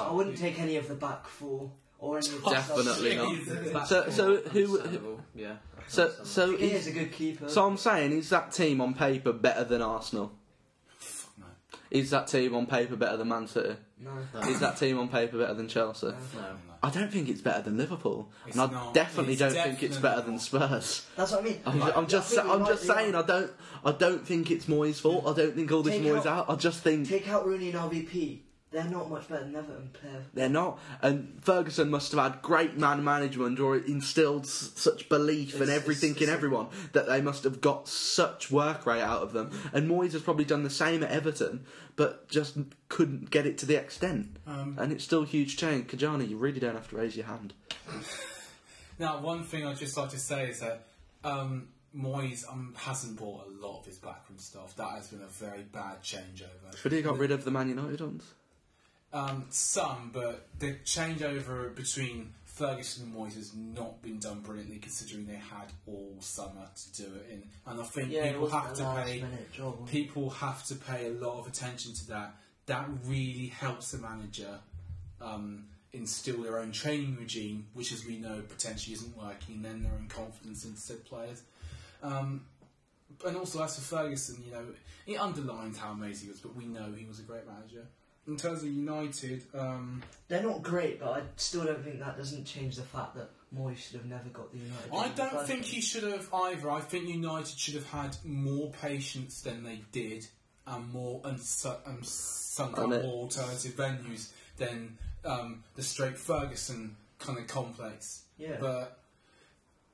C: I wouldn't take any of the back four or any of the
A: definitely
B: Jesus.
A: not. So, so who? who
D: Understandable, yeah.
A: so, so
C: He
A: is,
C: is a good keeper.
A: so I'm saying, is that team on paper better than Arsenal?
B: No.
A: Is that team on paper better than Man City?
C: no.
A: Is that team on paper better than Chelsea?
D: No.
A: I don't think it's better than Liverpool,
B: It's
A: and I
B: not.
A: definitely
B: It's
A: don't think it's
B: definitely
A: better than
B: not.
A: Spurs.
C: That's what I mean.
A: I'm, ju- I'm just,
C: I
A: sa-
C: think we
A: I'm
C: might
A: just
C: be right.
A: saying, I don't, I don't think it's Moyes' fault. I don't think all this
C: Take
A: Moyes
C: out-
A: out. I just think
C: Take out Rooney and RVP. They're not much better than Everton player.
A: They're not. And Ferguson must have had great man management or instilled s- such belief and
D: It's-
A: everything
D: it's-
A: in
D: it's-
A: everyone that they must have got such work rate out of them. And Moyes has probably done the same at Everton, but just couldn't get it to the extent.
B: Um,
A: And it's still a huge change. Kajani, you really don't have to raise your hand.
B: now, one thing I'd just like to say is that um, Moyes um, hasn't bought a lot of his backroom stuff. That has been a very bad changeover.
A: But he got rid of the Man United ones.
B: Um, some, but the changeover between Ferguson and Moyes has not been done brilliantly, considering they had all summer to do it in. And I think
C: Yeah, it
B: people
C: was
B: have
C: a
B: to
C: last
B: pay
C: minute job. wasn't it?
B: people have to pay a lot of attention to that. That really helps the manager um, instill their own training regime, which, as we know, potentially isn't working. Then their own confidence into said players. Um, and also, as for Ferguson, you know, it underlined how amazing he was, but we know he was a great manager. In terms of United, um,
C: They're not great, but I still don't think that doesn't change the fact that Moyes should have never got the United.
B: I
C: in the
B: don't
C: first
B: think
C: place.
B: he should have either. I think United should have had more patience than they did, and more and, su- and sunk up
A: And it-
B: more alternative venues than um, the straight Ferguson kind of complex.
C: Yeah.
B: But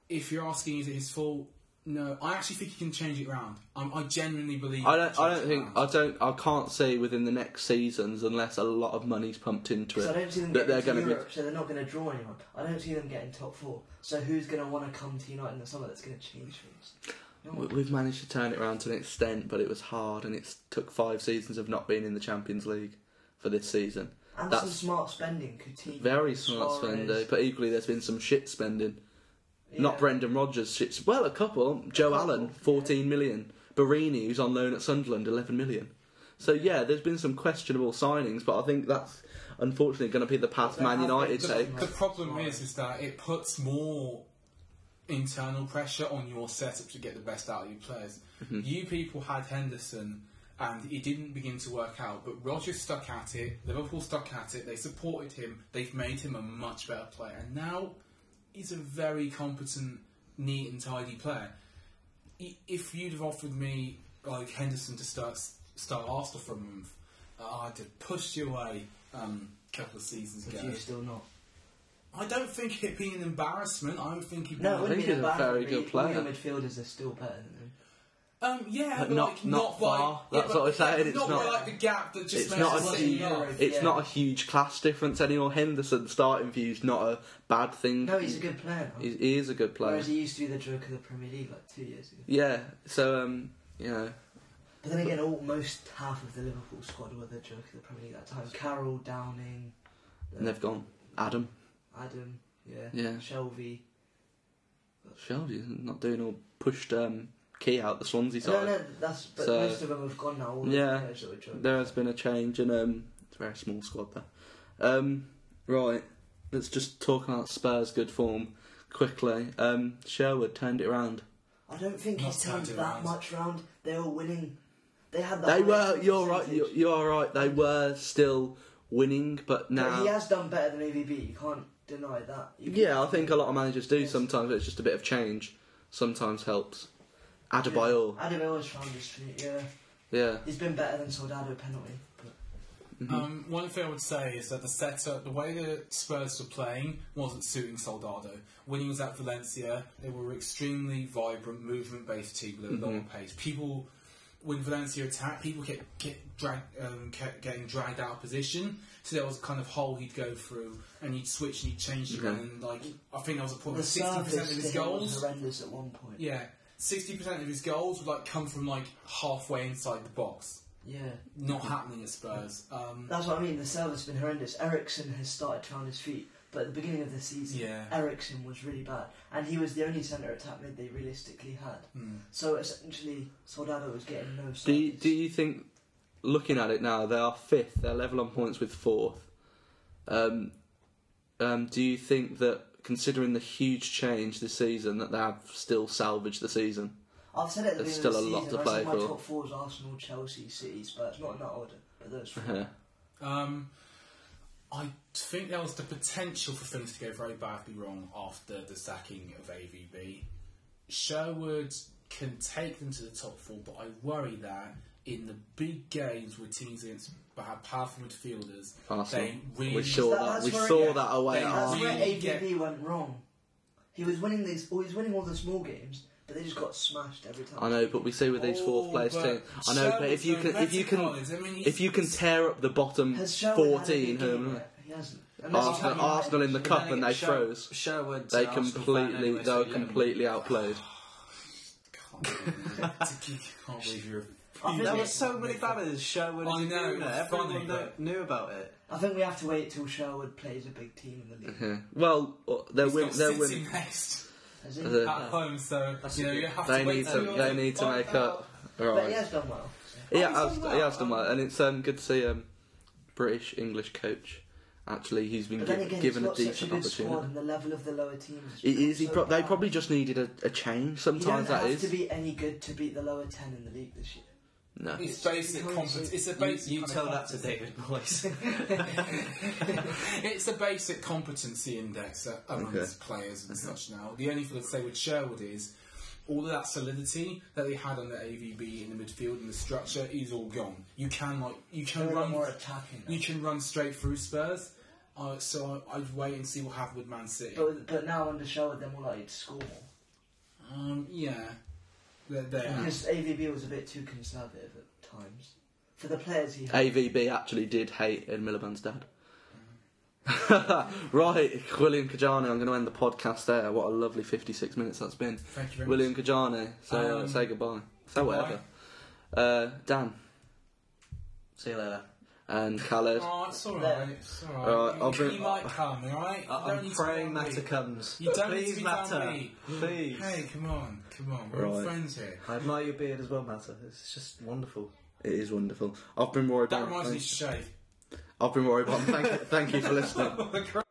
B: if you're asking, is it his fault? No, I actually think he can change it round. Um, I genuinely believe.
A: I
B: he
A: don't.
B: can
A: I
B: change
A: don't
B: it
A: think. I
B: round.
A: don't. I can't see within the next seasons unless a lot of money's pumped into it
C: So I don't see them
A: that
C: getting
A: they're
C: to
A: going to be
C: Europe, so they're not going to draw anyone. I don't see them getting top four. So who's going to want to come to United in the summer that's going to change things?
A: We- We've managed to turn it around to an extent, but it was hard, and it took five seasons of not being in the Champions League for this season.
C: And some
A: That's
C: smart spending, Coutinho.
A: very smart
C: Suarez.
A: spending, but equally there's been some shit spending.
C: Yeah.
A: Not Brendan Rodgers shit. Well, a couple. Joe
C: couple,
A: Allen, fourteen million. Barini, who's on loan at Sunderland, eleven million. So yeah, there's been some questionable signings, but I think that's unfortunately going to be the path
C: Well,
A: Man
C: there have been
A: United
C: some-
A: take.
B: The problem is, is that it puts more internal pressure on your setup to get the best out of your players. You people had Henderson, and it didn't begin to work out. But Rogers stuck at it. Liverpool stuck at it. They supported him. They've made him a much better player, and now he's a very competent, neat and tidy player. I- If you'd have offered me like Henderson to start start Arsenal for a month, I'd have pushed you away um, a couple of seasons ago.
C: But you're still not.
B: I don't think it'd be an embarrassment. I don't think it'd
C: No, it
B: be.
A: think
C: wouldn't be
A: he's a
C: bad
A: very good
C: All your
A: player.
C: midfielders are still better than him.
B: Um, yeah,
A: But
B: but,
A: not-
B: like,
A: not
B: by-
A: far.
B: yeah,
A: That's
B: but-
A: what I'm saying,
B: yeah,
A: it's
B: not,
A: not-
B: by, like the gap that just
A: it's
B: makes
A: not
B: us
A: a
B: sit
C: huge-
B: up.
A: It's
C: Yeah.
A: not a huge class difference anymore. Henderson starting for you's not a bad thing.
C: No, he's a good player. Now.
A: He- he is Mm. a good player.
C: Whereas he used to be the joke of the Premier League like two years ago.
A: Yeah, so um, you know,
C: But then again, almost half of the Liverpool squad were the joke of the Premier League that time. Carroll, Downing, uh,
A: and they've gone Adam.
C: Adam, yeah,
A: Yeah.
C: Shelby.
A: Shelby's not doing all pushed um key out the Swansea side.
C: No, no, that's but
A: So-
C: most of them have gone now. All those
A: Yeah.
C: players that were joke.
A: There has been a change, and um, it's a very small squad there. Um, right, let's just talk about Spurs' good form quickly. Um, Sherwood turned it around.
C: I don't think
B: Not
C: he's turned
B: turned
C: that
B: around.
C: much round. They were winning. They had that.
A: They were. You're right. You're, you're right. They were still winning, but now.
C: he has done better than AVB. You can't deny that. You can-
A: Yeah, I think a lot of managers do
C: Yes.
A: sometimes. It's just a bit of change. Sometimes helps. Adebayor.
C: Adebayor has found his feet. Yeah,
A: Yeah.
C: he's been better than Soldado penalty. But
B: Um, one thing I would say is that the setup, the way the Spurs were playing, wasn't suiting Soldado. When he was at Valencia, they were an extremely vibrant, movement-based team with a long pace. People, when Valencia attacked, people kept, kept, drag, um, kept getting dragged out of position. So there was a kind of hole he'd go through, and he'd switch and he'd change it.
A: Okay.
B: And like, I think that was a point where
C: the
B: sixty percent of
C: service to
B: his
C: him was
B: goals.
C: horrendous at one point.
B: Yeah, sixty percent of his goals would like come from like halfway inside the box.
D: Yeah.
B: Not happening at Spurs. Um,
C: That's what I mean. The service has been horrendous. Ericsson has started trying his feet, but at the beginning of the season,
B: Yeah.
C: Ericsson was really bad, and he was the only centre attack mid they realistically had.
B: hmm.
C: So essentially, Soldado was getting no.
A: Do you,
C: service.
A: do you think, looking at it now, they are fifth, they're level on points with fourth. Um, um, do you think that, considering the huge change this season, that they have still salvaged the season?
C: I've said it at the
A: There's
C: beginning
A: still a
C: of the
A: lot
C: season.
A: to
C: I
A: play
C: said my
A: for.
C: top four is Arsenal, Chelsea, City, Spurs. Not in that order, but those four.
A: Yeah.
B: Um, I think there was the potential for things to go very badly wrong after the sacking of AVB. Sherwood can take them to the top four, but I worry that in the big games where teams against that have powerful midfielders,
A: Arsenal.
B: they really
A: we saw
C: That-
A: that.
C: that's
A: We
C: where it-
A: saw
C: yeah.
A: that away.
B: They-
A: at
C: That's
A: Arsenal.
C: where
B: really
C: ABB went wrong. He was winning these. He was winning all the small games, but they just got smashed every time.
A: I know, but we see with these fourth
B: Oh,
A: place
B: but
A: teams. I know, but if you
B: Sherwood's
A: can, if you can,
B: Mexico is- I mean, he's-
A: if you can tear up the bottom
C: Has Sherwood
A: fourteen,
C: had a good
A: um,
C: game yet? He hasn't. Unless he's
A: Arsenal,
C: had a-
A: Arsenal in the cup, and they
D: Sher-
A: froze.
D: Sherwood.
A: They
D: uh, Arsenal fan
A: completely,
D: anyway,
A: they
D: so
A: were
D: yeah.
A: completely outplayed.
B: Can't believe it. Can't believe you're.
C: I think
D: There were so many batters. Sherwood.
B: I
D: and
B: know,
D: Bruno,
B: it's
D: Everyone
B: funny,
D: kno-
B: but-
D: knew about it.
C: I think we have to wait till Sherwood plays a big team in the league.
A: Yeah. Well, uh, they're
B: He's
A: win,
B: got
A: they're
B: City
A: winning.
B: next
C: Has he?
A: The-
B: at home, so you know you have
A: They
B: to wait
A: need to,
B: till you're
A: they need to
B: find
A: make
B: out.
A: up.
C: but he
A: Right.
C: has done well.
A: Yeah,
B: he's done
A: Aston-
B: well.
A: yeah, Aston Villa, and it's um, good to see um, British English coach. Actually, he's been
C: But then
A: gi-
C: again,
A: given a
C: it's not such a
A: decent
C: good
A: opportunity.
C: squad, and the level of the lower teams.
A: It is. He
C: so
A: pro- they
C: bad.
A: probably just needed a, a change.
C: You don't
A: Sometimes that
C: have
A: is.
C: to be any good to beat the lower ten in the league this year.
A: No.
B: It's basic compet- It's a
D: You,
B: basic.
D: you
B: kind of
D: tell that to
B: compet-
D: David Moyes.
B: It's a basic competency index uh, amongst
A: Okay.
B: players and such. Now, the only thing I'd say with Sherwood is all of that solidity that they had on the AVB in the midfield and the structure is all gone. You can like you can
C: They're a lot
B: run
C: more attacking. now.
B: you can run straight through Spurs. Uh, so I, I'd wait and see what happened with Man City.
C: But, but now under Sherwood, they're more likely to score more.
B: Um, yeah, they're, they're
C: Because AVB was a bit too conservative at times. For the players he had.
A: AVB actually did hate Ed Miliband's dad. right, William Kajani, I'm going to end the podcast there. What a lovely 56 minutes that's been.
B: Thank you very
A: William Kajani, so
B: Um,
A: say goodbye. So
B: goodbye.
A: whatever. Uh, Dan
D: See you later.
A: and Khaled.
B: Oh, it's all
C: There.
B: right. It's all right.
A: Alright,
B: You-
A: I'll bring-
B: you might come. All right.
D: I- I'm praying Mata comes.
B: You don't need to
D: Please,
B: be
D: Mata.
B: downbeat.
D: Please.
B: Hey, come on, come on. We're all
A: Right.
B: friends here.
D: I admire your beard as well, Mata. It's just wonderful.
A: It is wonderful. I've been worried
B: That
A: about
B: reminds me to shave.
A: I've been worried about Thank you, thank you for listening.
B: What a great-